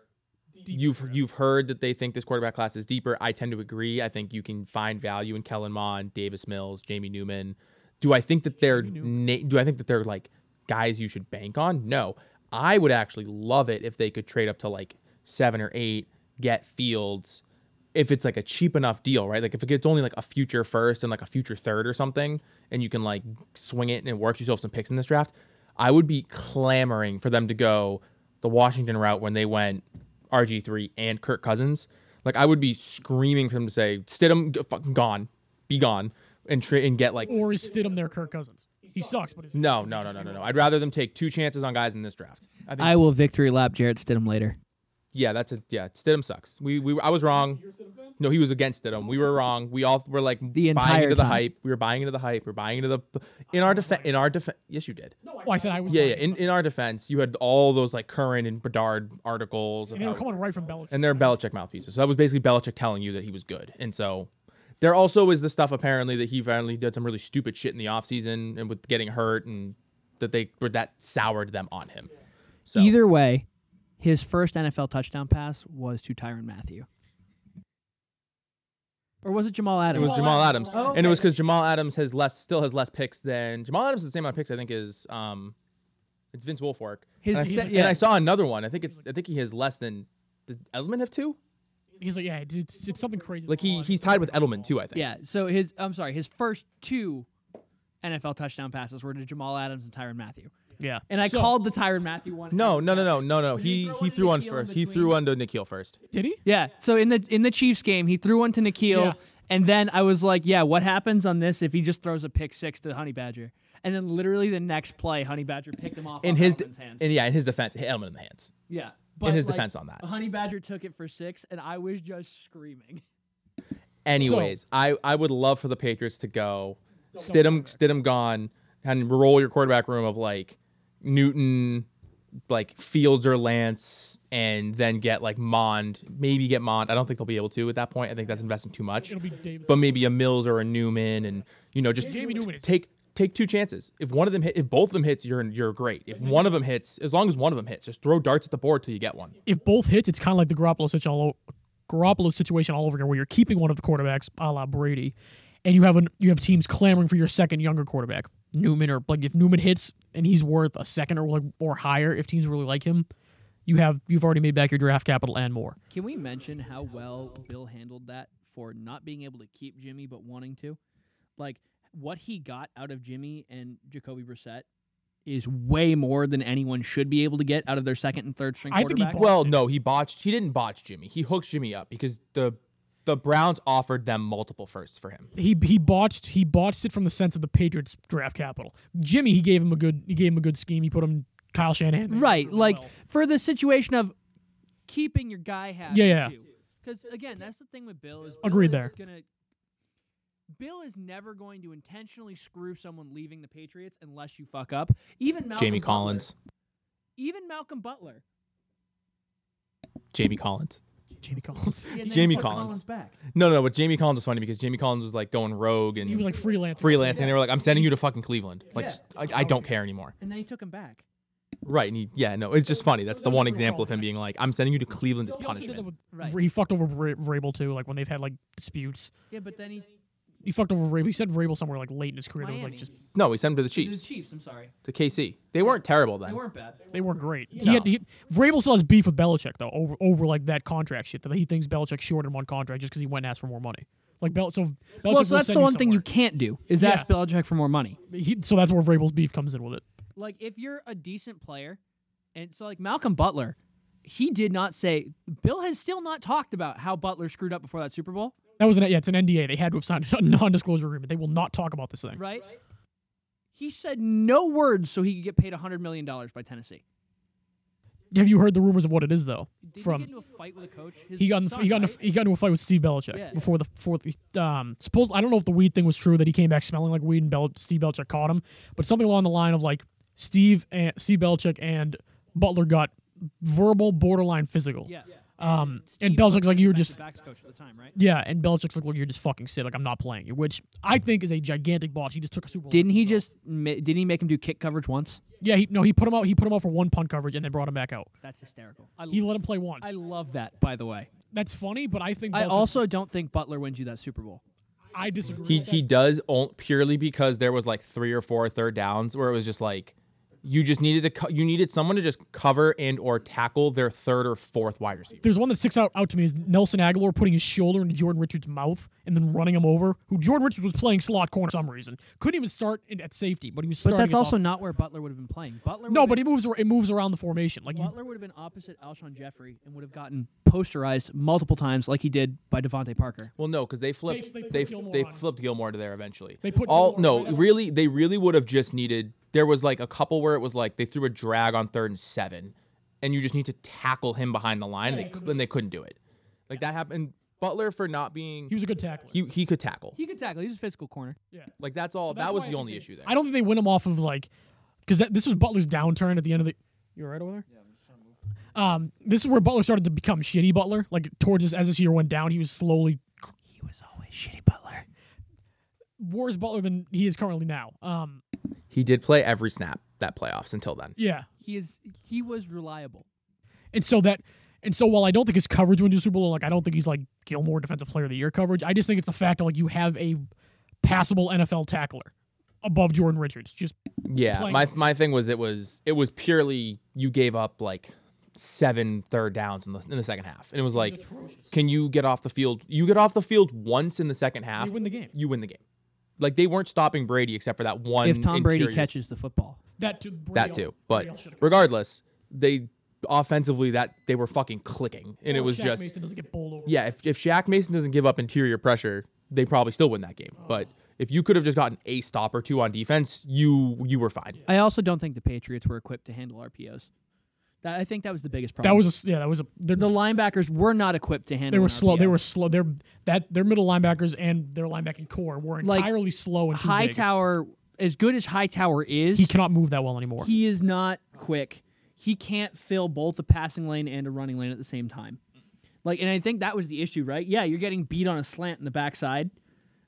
you've you've heard that they think this quarterback class is deeper. I tend to agree. I think you can find value in Kellen Mond, Davis Mills, Jamie Newman. Do I think that they're na- do I think that they're like guys you should bank on? No. I would actually love it if they could trade up to like 7 or 8, get Fields if it's like a cheap enough deal, right? Like if it's only like a future first and like a future third or something and you can like swing it and it works yourself some picks in this draft, I would be clamoring for them to go the Washington route when they went RG3 and Kirk Cousins. Like I would be screaming for them to say Stidham g- fucking gone, be gone, and tra- and get like Or is Stidham their Kirk Cousins? He sucks, but he's no, no, no, no, no, no. I'd rather them take two chances on guys in this draft. I think I will victory lap Jarrett Stidham later. yeah, that's a yeah. Stidham sucks. We we I was wrong. No, he was against Stidham. We were wrong. We all were like The buying entire into the time. hype. We were buying into the hype. We are buying into the in our defense. In our defense, yes, you did. Oh, I said I was. Yeah, wrong. yeah. In in our defense, you had all those like current and Bedard articles And they were about coming right from Belichick. and they're Belichick mouthpieces. So that was basically Belichick telling you that he was good. And so there also is the stuff apparently that he finally did some really stupid shit in the offseason and with getting hurt and that they or that soured them on him. So Either way, his first NFL touchdown pass was to Tyron Matthew. Or was it Jamal it Adams? Oh, was Jamal Adams. Adams. And it was because Jamal Adams has less still has less picks than Jamal Adams has the same amount of picks I think is um it's Vince Wilfork. His and, I, se- and yeah. I saw another one. I think it's I think he has less than did Edelman have two? He's like, yeah, dude, it's, it's something crazy. Like he he's tied with Edelman too, I think. yeah. So his I'm sorry, his first two NFL touchdown passes were to Jamal Adams and Tyron Matthew. yeah, And I So- called the Tyron Matthew one. No, no, no, no, no, no. he throw one He he to threw one Nikhil in first. He between? threw one to Nikhil first. Did he? Yeah. So in the in the Chiefs game, he threw one to Nikhil, Yeah. and then I was like, "Yeah, what happens on this if he just throws a pick six to Honey Badger?" And then literally the next play, Honey Badger picked him off in off his Edelman's hands. And yeah, in his defense, hit Edelman in the hands. yeah, his defense on that. Honey Badger took it for six, and I was just screaming. Anyways, I, I would love for the Patriots to go Stidham Stidham gone and roll your quarterback room of like Newton, like Fields or Lance, and then get like Mond. Maybe get Mond. I don't think they'll be able to at that point. I think that's investing too much. It'll be Davis. But maybe a Mills or a Newman, and you know just Jamie Newman is- take take two chances. If one of them hit, if both of them hits, you're you're great. If one of them hits, as long as one of them hits, just throw darts at the board till you get one. If both hits, it's kind of like the Garoppolo situation, all o- Garoppolo situation all over again, where you're keeping one of the quarterbacks, a la Brady, and you have an you have teams clamoring for your second younger quarterback, Newman, or like if Newman hits and he's worth a second or like or higher, if teams really like him, you have you've already made back your draft capital and more. Can we mention how well Bill handled that for not being able to keep Jimmy but wanting to? Like what he got out of Jimmy and Jacoby Brissett is way more than anyone should be able to get out of their second and third string I think he quarterbacks. bought- Well, no, he botched. He didn't botch Jimmy. He hooked Jimmy up because the the Browns offered them multiple firsts for him. he he botched he botched it from the sense of the Patriots draft capital. Jimmy, he gave him a good he gave him a good scheme. He put him Kyle Shanahan. Right. Like well. for the situation of keeping your guy happy. Yeah, yeah. Because again, that's the thing with Bill is Bill Agreed is there. Gonna, Bill is never going to intentionally screw someone leaving the Patriots unless you fuck up. Even Malcolm Jamie Butler- Collins. even Malcolm Butler. Jamie Collins. Jamie Collins. and then he Jamie put Collins. back. No, no, no, but Jamie Collins was funny because Jamie Collins was like going rogue and He was like freelance. freelancing. They were like, "I'm sending you to fucking Cleveland. Like, Yeah. st- I, I don't care anymore." And then he took him back. Right? And he, yeah, no, it's just funny. That's the That was one a real example of him callback. being like, "I'm sending you to Cleveland as He also did that punishment." with- Right. He fucked over Vra- Vrabel too. Like when they've had like disputes, Yeah, but then he he fucked over Vrabel. He said Vrabel somewhere like late in his career. That was like Miami. just No, he sent him to the the Chiefs, Chiefs. I'm sorry, to KC. They weren't terrible they then. weren't bad. they weren't great. He had, he, Vrabel still has beef with Belichick though over over like that contract shit that he thinks Belichick shorted him on contract just because he went and asked for more money. Like Bel- so, Belichick Well, will so that's send the one thing you somewhere. can't do is Yeah. ask Belichick for more money. He, so that's where Vrabel's beef comes in with it. Like if you're a decent player, and so like Malcolm Butler, he did not say. Bill has still not talked about how Butler screwed up before that Super Bowl, That was an yeah, it's an NDA. They had to have signed a non-disclosure agreement. They will not talk about this thing. right? He said no words so he could get paid hundred million dollars by Tennessee. Have you heard the rumors of what it is though? Did From he get into a fight with a coach? His he got in, son, he got in a, right? he got into a fight with Steve Belichick Yeah. before the fourth. Um, suppose I don't know if the weed thing was true that he came back smelling like weed and Bel- Steve Belichick caught him, but something along the line of like Steve and Steve Belichick and Butler got verbal, borderline physical. Yeah. Um, and Belichick's like, you were just backs coach at the time, right? yeah, and Belichick's like, look, you're just fucking sick. Like I'm not playing you, which I think is a gigantic botch. He just took a Super Bowl. Didn't he just? ma- Didn't he make him do kick coverage once? Yeah, he no, he put him out. He put him out for one punt coverage and then brought him back out. That's hysterical. I, He let him play once. I love that. By the way, That's funny, but I think I Belichick- also don't think Butler wins you that Super Bowl. I disagree. He with he does on- purely because there was like three or four third downs where it was just like you just needed to co- you needed someone to just cover and or tackle their third or fourth wide receiver. There's one that sticks out, out to me is Nelson Aguilar putting his shoulder into Jordan Richards' mouth and then running him over. Who Jordan Richards was playing slot corner for some reason. Couldn't even start in, at safety, but he was. But Starting that's us also off- not where Butler would have been playing. Butler no. would've But been- it moves ar- it moves around the formation like you- Butler would have been opposite Alshon Jeffrey and would have gotten posterized multiple times, like he did by Devontae Parker. Well, no, because they flipped they they put they, Gilmore on. flipped Gilmore to there eventually. They put all Gilmore no right up. really they really would have just needed. There was like a couple where it was like they threw a drag on third and seven, and you just need to tackle him behind the line, and, they, cou- and they couldn't do it. Like that happened. Butler for not being he was a good tackler. he he could tackle. He could tackle. He was a physical corner. yeah. like that's all. That's that was why I the think only they- issue there. I don't think they win him off of like because this was Butler's downturn at the end of the. You all right over there? Yeah, I'm just trying to move. Um, this is where Butler started to become shitty. Butler, like towards this, as this year went down, he was slowly He was always shitty Butler. worse Butler than he is currently now. Um, He did play every snap that playoffs until then. yeah, He is. He was reliable. and so that, and so while I don't think his coverage went to Super Bowl, like I don't think he's like Gilmore Defensive Player of the Year coverage. I just think it's the fact that like you have a passable NFL tackler above Jordan Richards. Just Yeah, playing my him. my thing was it was it was purely you gave up like seven third downs in the in the second half, and it was like, can you get off the field? You get off the field once in the second half, You win the game. You win the game. Like they weren't stopping Brady except for that one. If Tom Brady interior- catches the football, that too. that too, but regardless, they offensively that they were fucking clicking, and it was just Mason doesn't get bowled over. yeah. If if Shaq Mason doesn't give up interior pressure, they probably still win that game, Oh. but. If you could have just gotten a stop or two on defense, you you were fine. I also don't think the Patriots were equipped to handle RPOs. That, I think that was the biggest problem. That was a s- yeah. That was a. they're- the linebackers were not equipped to handle. They were an slow. They RPO. were slow. Their that their middle linebackers and their linebacking core were Like, entirely slow and too big. Hightower, as good as Hightower is, He cannot move that well anymore. he is not quick. He can't fill both a passing lane and a running lane at the same time. Like, and I think that was the issue, right? Yeah, you're getting beat on a slant in the backside,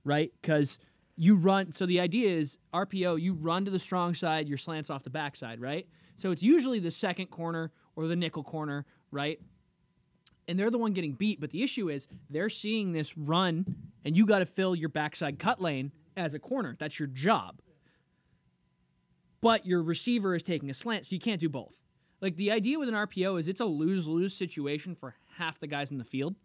right? Because you run. So the idea is RPO. You run to the strong side. Your slants off the backside, right? So it's usually the second corner or the nickel corner, right? and they're the one getting beat. But the issue is they're seeing this run, and you got to fill your backside cut lane as a corner. That's your job. But your receiver is taking a slant, so you can't do both. Like the idea with an RPO is it's a lose lose situation for half the guys in the field,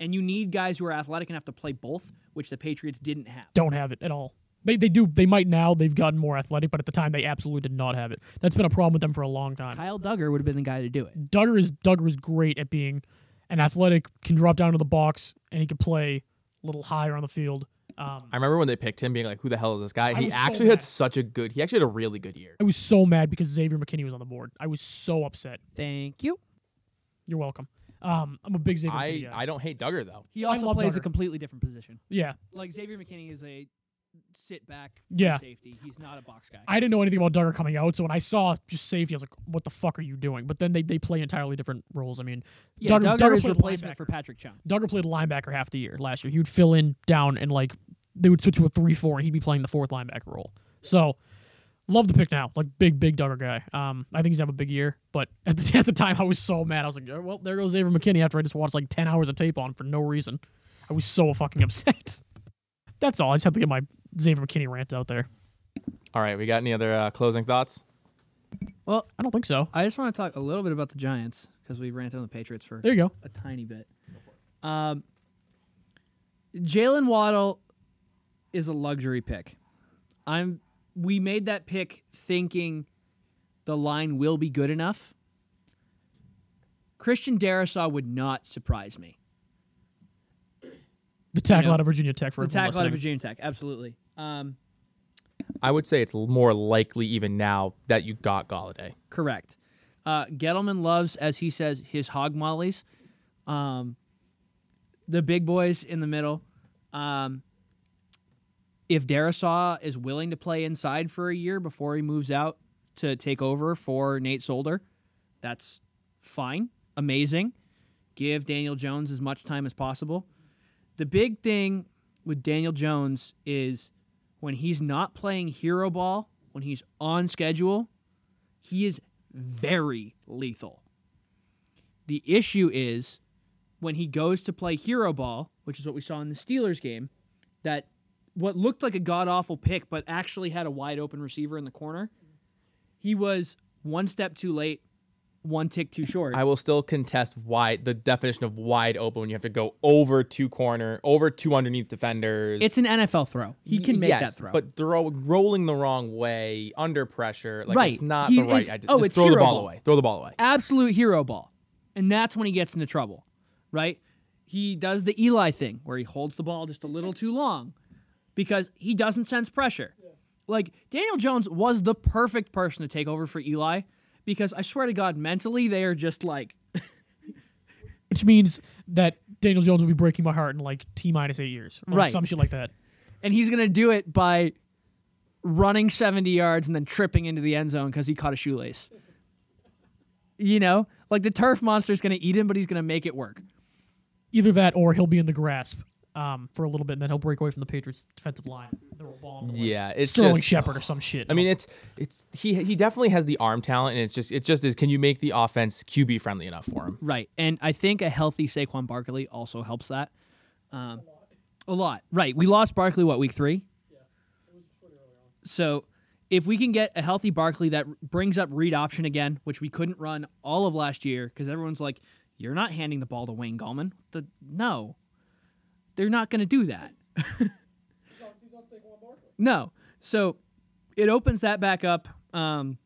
and you need guys who are athletic enough to play both, which the Patriots didn't have. Don't have it at all. They, they do they might now they've gotten more athletic, but at the time they absolutely did not have it. That's been a problem with them for a long time. Kyle Duggar would have been the guy to do it. Duggar is Duggar is great at being an athletic, can drop down to the box, and he can play a little higher on the field. Um, I remember when they picked him, being like, "Who the hell is this guy?" he was so actually mad. had such a good. He actually had a really good year. I was so mad because Xavier McKinney was on the board. I was so upset. Thank you. You're welcome. Um, I'm a big Xavier. McKinney I guy. I don't hate Duggar though. He I also love plays a Duggar. completely different position. yeah, Like Xavier McKinney is a sit back Yeah. safety. He's not a box guy. I didn't know anything about Duggar coming out, so when I saw just safety, I was like, "What the fuck are you doing?" But then they, they play entirely different roles. I mean, yeah, Duggar, is played replacement linebacker. for Patrick Chung. Duggar played linebacker half the year last year. He would fill in down and like they would switch to a three four, and he'd be playing the fourth linebacker role. So love the pick now, like big big Duggar guy. Um, I think he's gonna have a big year, but at the, at the time I was so mad. I was like, "Oh, "Well, there goes Xavier McKinney." After I just watched like ten hours of tape on him for no reason, I was so fucking upset. That's all. I just have to get my Xavier McKinney rant out there. All right, we got any other uh, closing thoughts? Well, I don't think so. I just want to talk a little bit about the Giants because we ranted on the Patriots for There you go. a tiny bit. Um, Jalen Waddle is a luxury pick. I'm. We made that pick thinking the line will be good enough. Christian Darasaw would not surprise me. The tackle know, out of Virginia Tech for The everyone tackle out listening. of Virginia Tech, absolutely. Um, I would say it's l- more likely even now that you got Galladay. Correct. Uh, Gettleman loves, as he says, his hog mollies. Um, the big boys in the middle. Um, if Darasaw is willing to play inside for a year before he moves out to take over for Nate Solder, that's fine, amazing. give Daniel Jones as much time as possible. The big thing with Daniel Jones is when he's not playing hero ball, when he's on schedule, he is very lethal. The issue is when he goes to play hero ball, which is what we saw in the Steelers game, that what looked like a god awful pick, but actually had a wide open receiver in the corner. He was one step too late, one tick too short. I will still contest wide the definition of wide open when you have to go over two corner, over two underneath defenders. it's an NFL throw. He can make that Yes, throw. But throw rolling the wrong way, under pressure, like Right. it's not He- the right it's- idea. oh, Just it's throw the hero ball ball. away. Throw the ball away. absolute hero ball. And that's when he gets into trouble, right? He does the Eli thing where he holds the ball just a little too long because he doesn't sense pressure. Like, Daniel Jones was the perfect person to take over for Eli because I swear to God, mentally, they are just like, which means that Daniel Jones will be breaking my heart in like T minus eight years, or Right. Some shit like that. and he's going to do it by running 70 yards and then tripping into the end zone because he caught a shoelace. You know, like the turf monster's going to eat him, but he's going to make it work. Either that, or he'll be in the grasp um, for a little bit, and then he'll break away from the Patriots' defensive line. They'll ball him to, like, Yeah, it's Sterling just- Shepard or some shit. I mean, it's it's he he definitely has the arm talent, and it's just it just is. Can you make the offense QB friendly enough for him? Right. And I think a healthy Saquon Barkley also helps that. Um, a lot. Right. We lost Barkley, what, week three? So if we can get a healthy Barkley that brings up read option again, which we couldn't run all of last year because everyone's like, you're not handing the ball to Wayne Gallman. The, no, they're not going to do that. No. So it opens that back up. Um,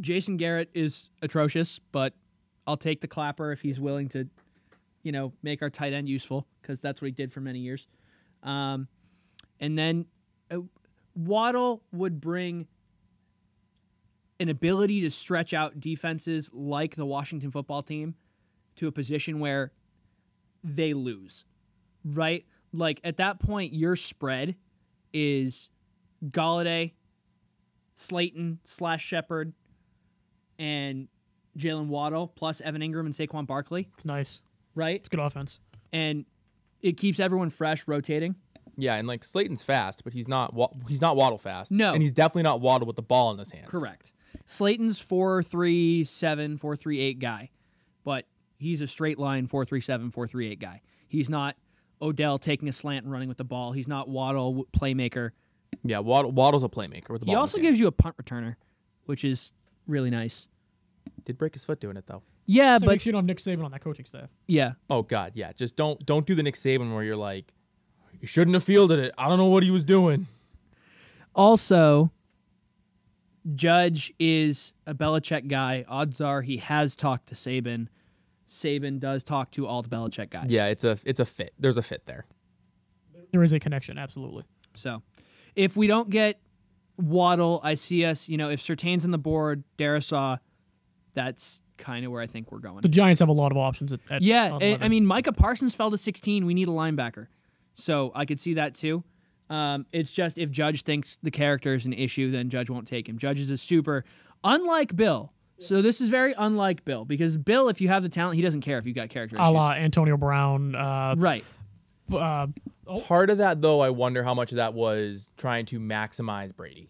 Jason Garrett is atrocious, but I'll take the clapper if he's willing to, you know, make our tight end useful because that's what he did for many years. Um, and then uh, Waddle would bring an ability to stretch out defenses like the Washington football team to a position where they lose, right? Like at that point, your spread is Galladay, Slayton slash Shepard, and Jalen Waddle plus Evan Ingram and Saquon Barkley, it's nice. right? It's good offense. And it keeps everyone fresh, rotating. Yeah, and like Slayton's fast, but he's not wa- he's not waddle fast. No. and he's definitely not waddle with the ball in his hands. Correct. Slayton's four three seven four three eight guy, but he's a straight line four three seven four three eight guy. He's not Odell taking a slant and running with the ball. He's not Waddle w- playmaker. Yeah, waddle, waddle's a playmaker with the He ball. in also his hand. gives you a punt returner, which is really nice. did break his foot doing it though. Yeah, so make but sure you don't have Nick Saban on that coaching staff. yeah, Oh God, yeah. Just don't don't do the Nick Saban where you're like, you shouldn't have fielded it. I don't know what he was doing. Also, Judge is a Belichick guy. Odds are he has talked to Saban. Saban does talk to all the Belichick guys. Yeah, it's a it's a fit. There's a fit there. There is a connection, absolutely. So, if we don't get Waddle, I see us. You know, if Sertain's on the board, Darisaw, that's kind of where I think we're going. The Giants have a lot of options. At, at yeah, eh, on I, I eleven. mean, Micah Parsons fell to 16. We need a linebacker, so I could see that too. Um, it's just if Judge thinks the character is an issue, then Judge won't take him. Judge is a super, unlike Bill. So this is very unlike Bill because Bill, if you have the talent, he doesn't care if you got character a issues. la Antonio Brown. Uh, Right. uh, Part of that though, I wonder how much of that was trying to maximize Brady.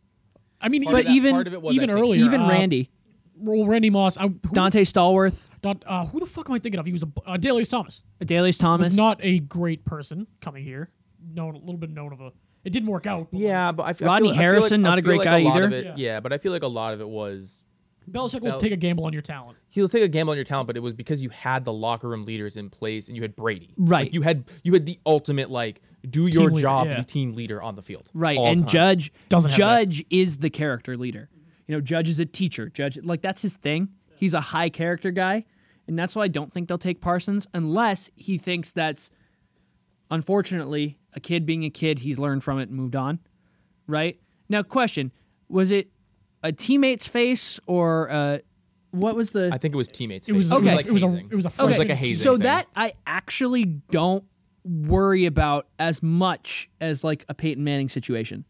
I mean, Part but of But that- even- part of it was, I even think, earlier, Even uh, Randy, well, Randy Moss. I, who, Dante Stallworth, Don- uh, who the fuck am I thinking of? He was a uh, Darius Thomas. Adelius Thomas. was not a great person coming here. Known a little bit known of a. It didn't work out. but Yeah, but I f- I Rodney feel, I feel Harrison, like, I not a feel great like guy lot either. of it- Yeah. yeah. but I feel like a lot of it was Belichick will Bel- take a gamble on your talent. he'll take a gamble on your talent, but it was because you had the locker room leaders in place and you had Brady. Right. Like, you had you had the ultimate like do your leader, job, yeah. the team leader on the field. Right. all and times. Judge Doesn't have that. Judge is the character leader. You know, Judge is a teacher. Judge like that's his thing. He's a high character guy. And that's why I don't think they'll take Parsons unless he thinks that's unfortunately a kid being a kid, he's learned from it and moved on. Right? Now question, was it a teammate's face or uh what was the I think it was teammates. It was face. Okay. It was, it was a hazing. it was a It freshman was like a team. hazing. so thing. that I actually don't worry about as much as like a Peyton Manning situation.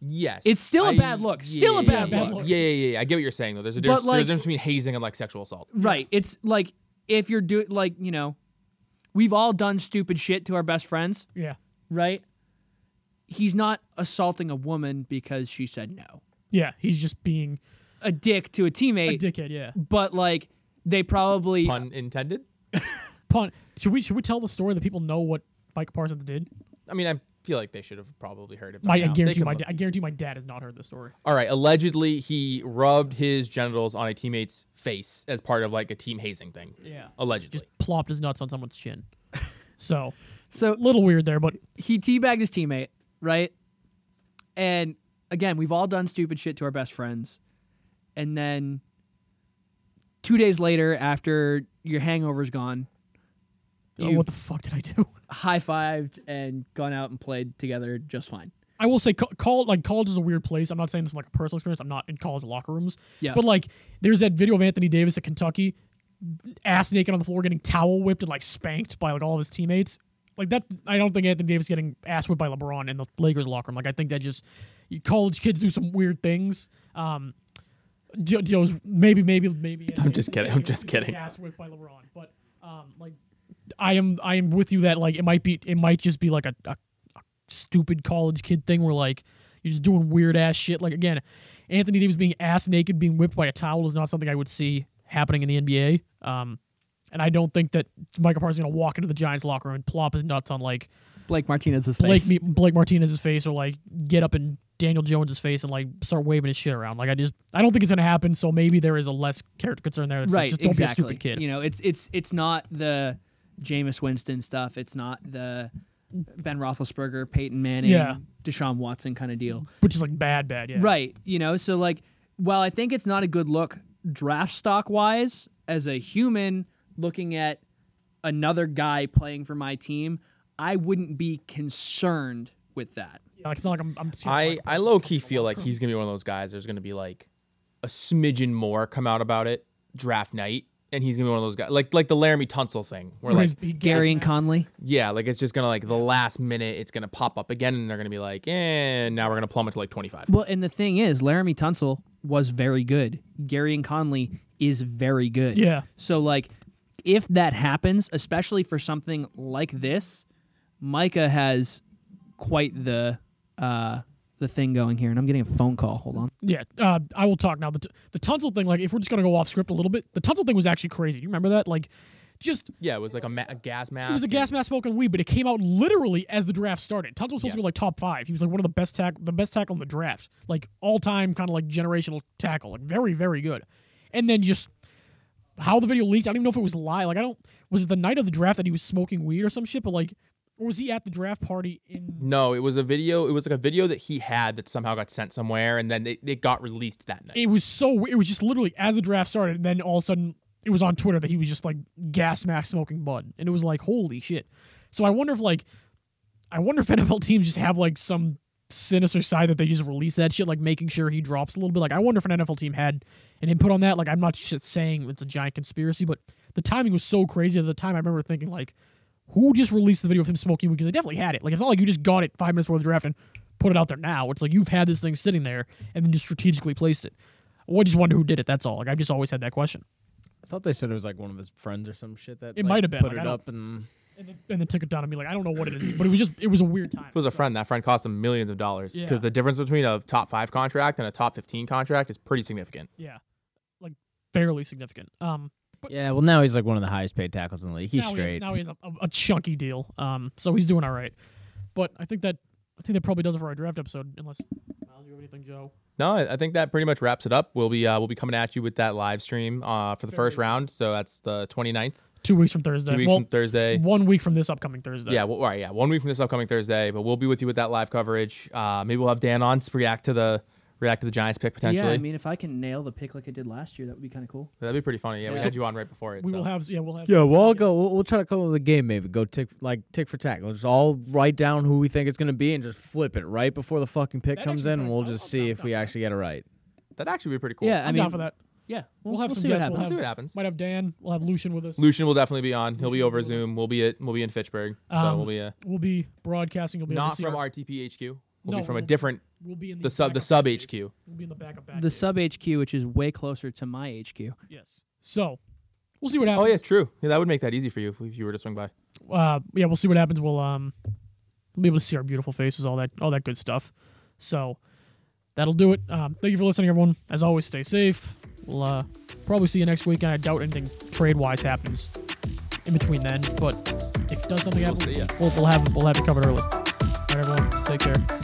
yes, It's still a a bad look. Still a bad look. Yeah, yeah, yeah. I get what you're saying though. There's a difference, like- there's a difference between hazing and like sexual assault. Right. It's like if you're doing like you know, we've all done stupid shit to our best friends, Yeah. right? He's not assaulting a woman because she said no. Yeah. He's just being A dick to a a teammate, dickhead. Yeah. but like they probably Pun intended. Pun. Should we should we tell the story that people know what Mike Parsons did? I mean, I feel like they should have probably heard it. By My, now. I Oh, They guarantee can my look- da- I guarantee my dad has not heard this story. All right. Allegedly, he rubbed his genitals on a teammate's face as part of like a team hazing thing. Yeah. Allegedly. Just plopped his nuts on someone's chin. So so a little weird there, but uh, he teabagged his teammate, right? And again, we've all done stupid shit to our best friends. And then two days later, after your hangover's gone, oh, you what the fuck did I do? high fived and gone out and played together just fine. I will say, co- call like college is a weird place. I'm not saying this from like a personal experience. I'm not in college locker rooms. Yeah. But like, there's that video of Anthony Davis at Kentucky, ass naked on the floor, getting towel whipped and like spanked by like all of his teammates. Like that, I don't think Anthony Davis getting ass whipped by LeBron in the Lakers locker room. Like I think that just you, college kids do some weird things. Um, Jo- Joe's maybe, maybe, maybe. Anthony just Davis kidding. I'm getting just kidding. Ass whipped by LeBron, but um, like I am I am with you that like it might be it might just be like a, a, a stupid college kid thing where like you're just doing weird ass shit. Like again, Anthony Davis being ass naked, being whipped by a towel is not something I would see happening in the NBA. Um, and I don't think that Michael Parsons is gonna walk into the Giants locker room and plop his nuts on like Blake Martinez's Blake face. Me- Blake Martinez's face or like get up in Daniel Jones's face and like start waving his shit around. Like I just I don't think it's gonna happen. So maybe there is a less character concern there. It's like, right, just don't exactly. be a stupid kid. You know, it's it's it's not the Jameis Winston stuff. It's not the Ben Roethlisberger, Peyton Manning, Yeah. Deshaun Watson kind of deal. Which is like bad, bad. Yeah. Right. You know, so like while I think it's not a good look draft stock wise, as a human looking at another guy playing for my team, I wouldn't be concerned with that. Yeah, Like it's not like I'm. I'm seeing I Mike I low key feel like he's gonna be one of those guys. There's gonna be like a smidgen more come out about it draft night, and he's gonna be one of those guys like like the Laramie Tunsil thing, where like Whereas he gets Gary and mad. Conley. yeah, like it's just gonna like the last minute it's gonna pop up again, and they're gonna be like, eh, now we're gonna plummet to like 25. Well, and the thing is, Laramie Tunsil was very good. Gary and Conley is very good. Yeah. So like if that happens, especially for something like this, Micah has quite the uh the thing going here. And I'm getting a phone call. Hold on. Yeah, uh, I will talk now. The, t- the Tunsil thing, like, if we're just gonna go off script a little bit, the Tunsil thing was actually crazy. You remember that? Like, just it Yeah, it was like a, ma- a gas mask. was a gas mask smoking weed, but it came out literally as the draft started. Tunsil was supposed to be like top five. He was like one of the best tackle, the best tackle in the draft, like all time, kind of like generational tackle, like very, very good. And then just how the video leaked, I don't even know if it was live. Like, I don't was it the night of the draft that he was smoking weed or some shit, but like, or was he at the draft party in? No, it was a video. It was like a video that he had that somehow got sent somewhere, and then it, it got released that night. it was so it was just literally as the draft started and then all of a sudden it was on twitter that he was just like gas mask smoking bud and it was like holy shit so i wonder if like i wonder if nfl teams just have like some sinister side that they just release that shit like making sure he drops a little bit like i wonder if an nfl team had an input on that like i'm not just saying it's a giant conspiracy but the timing was so crazy at the time i remember thinking like who just released the video of him smoking weed because they definitely had it like it's not like you just got it five minutes before the draft and put it out there now it's like you've had this thing sitting there and then just strategically placed it well, I just wonder who did it. That's all. Like I've just always had that question. I thought they said it was like one of his friends or some shit that It like, might have been, put like, I it don't- up and And then, and then took it down and be like, I don't know what it is, but it was just it was a weird time. It was a friend. That friend cost him millions of dollars because Yeah. the difference between a top five contract and a top 15 contract is pretty significant. yeah, like fairly significant. Um, but yeah. Well, now he's like one of the highest paid tackles in the league. He's now He has, straight. now he has a, a, a chunky deal. Um, so he's doing all right. But I think that I think that probably does it for our draft episode. Unless Miles, you have anything, Joe? No, I I think that pretty much wraps it up. We'll be uh, we'll be coming at you with that live stream uh, for the first round. So that's the 29th, Two weeks from Thursday. two weeks well, from Thursday. one week from this upcoming Thursday. Yeah, well, all right, yeah, one week from this upcoming Thursday. But we'll be with you with that live coverage. Uh, maybe we'll have Dan on to react to the react to the Giants pick potentially. Yeah, I mean if I can nail the pick like I did last year, that would be kind of cool. That'd be pretty funny. Yeah, we Yeah. had you on right before it. we so. will have. Yeah, we'll have. Yeah, well, I'll go. We'll, we'll try to come up with a game, maybe go tick like tick for tack. We'll just all write down who we think it's gonna be and just flip it right before the fucking pick That comes actually in, and might- we'll I'll- just I'll see knock if down we that. actually get it right. That'd actually be pretty cool. Yeah, I'm I mean down for that. Yeah. We'll, have some see what guests. happens. We'll have, see what happens. Might have Dan. We'll have Lucian with us. Lucian will definitely be on. He'll be over Zoom. We'll be at we'll be in Fitchburg. So Um, we'll be uh, We'll be broadcasting. You'll be able to not see from our, RTP HQ. We'll No, be from a we'll- different We'll be in the, the sub the backup sub back cave. HQ. We'll be in the backup. back The cave. sub HQ, which is way closer to my HQ. Yes. So We'll see what happens. Oh yeah, true. Yeah, that would make that easy for you if, if you were to swing by. uh, yeah, we'll see what happens. We'll um, we'll be able to see our beautiful faces, all that, all that good stuff. So that'll do it. Um, thank you for listening, everyone. As always, stay safe. We'll uh, probably see you next week, and I doubt anything trade wise happens in between then. But if it does something We'll happen, see ya. we'll, we'll have we'll have it covered early. All right, everyone, take care.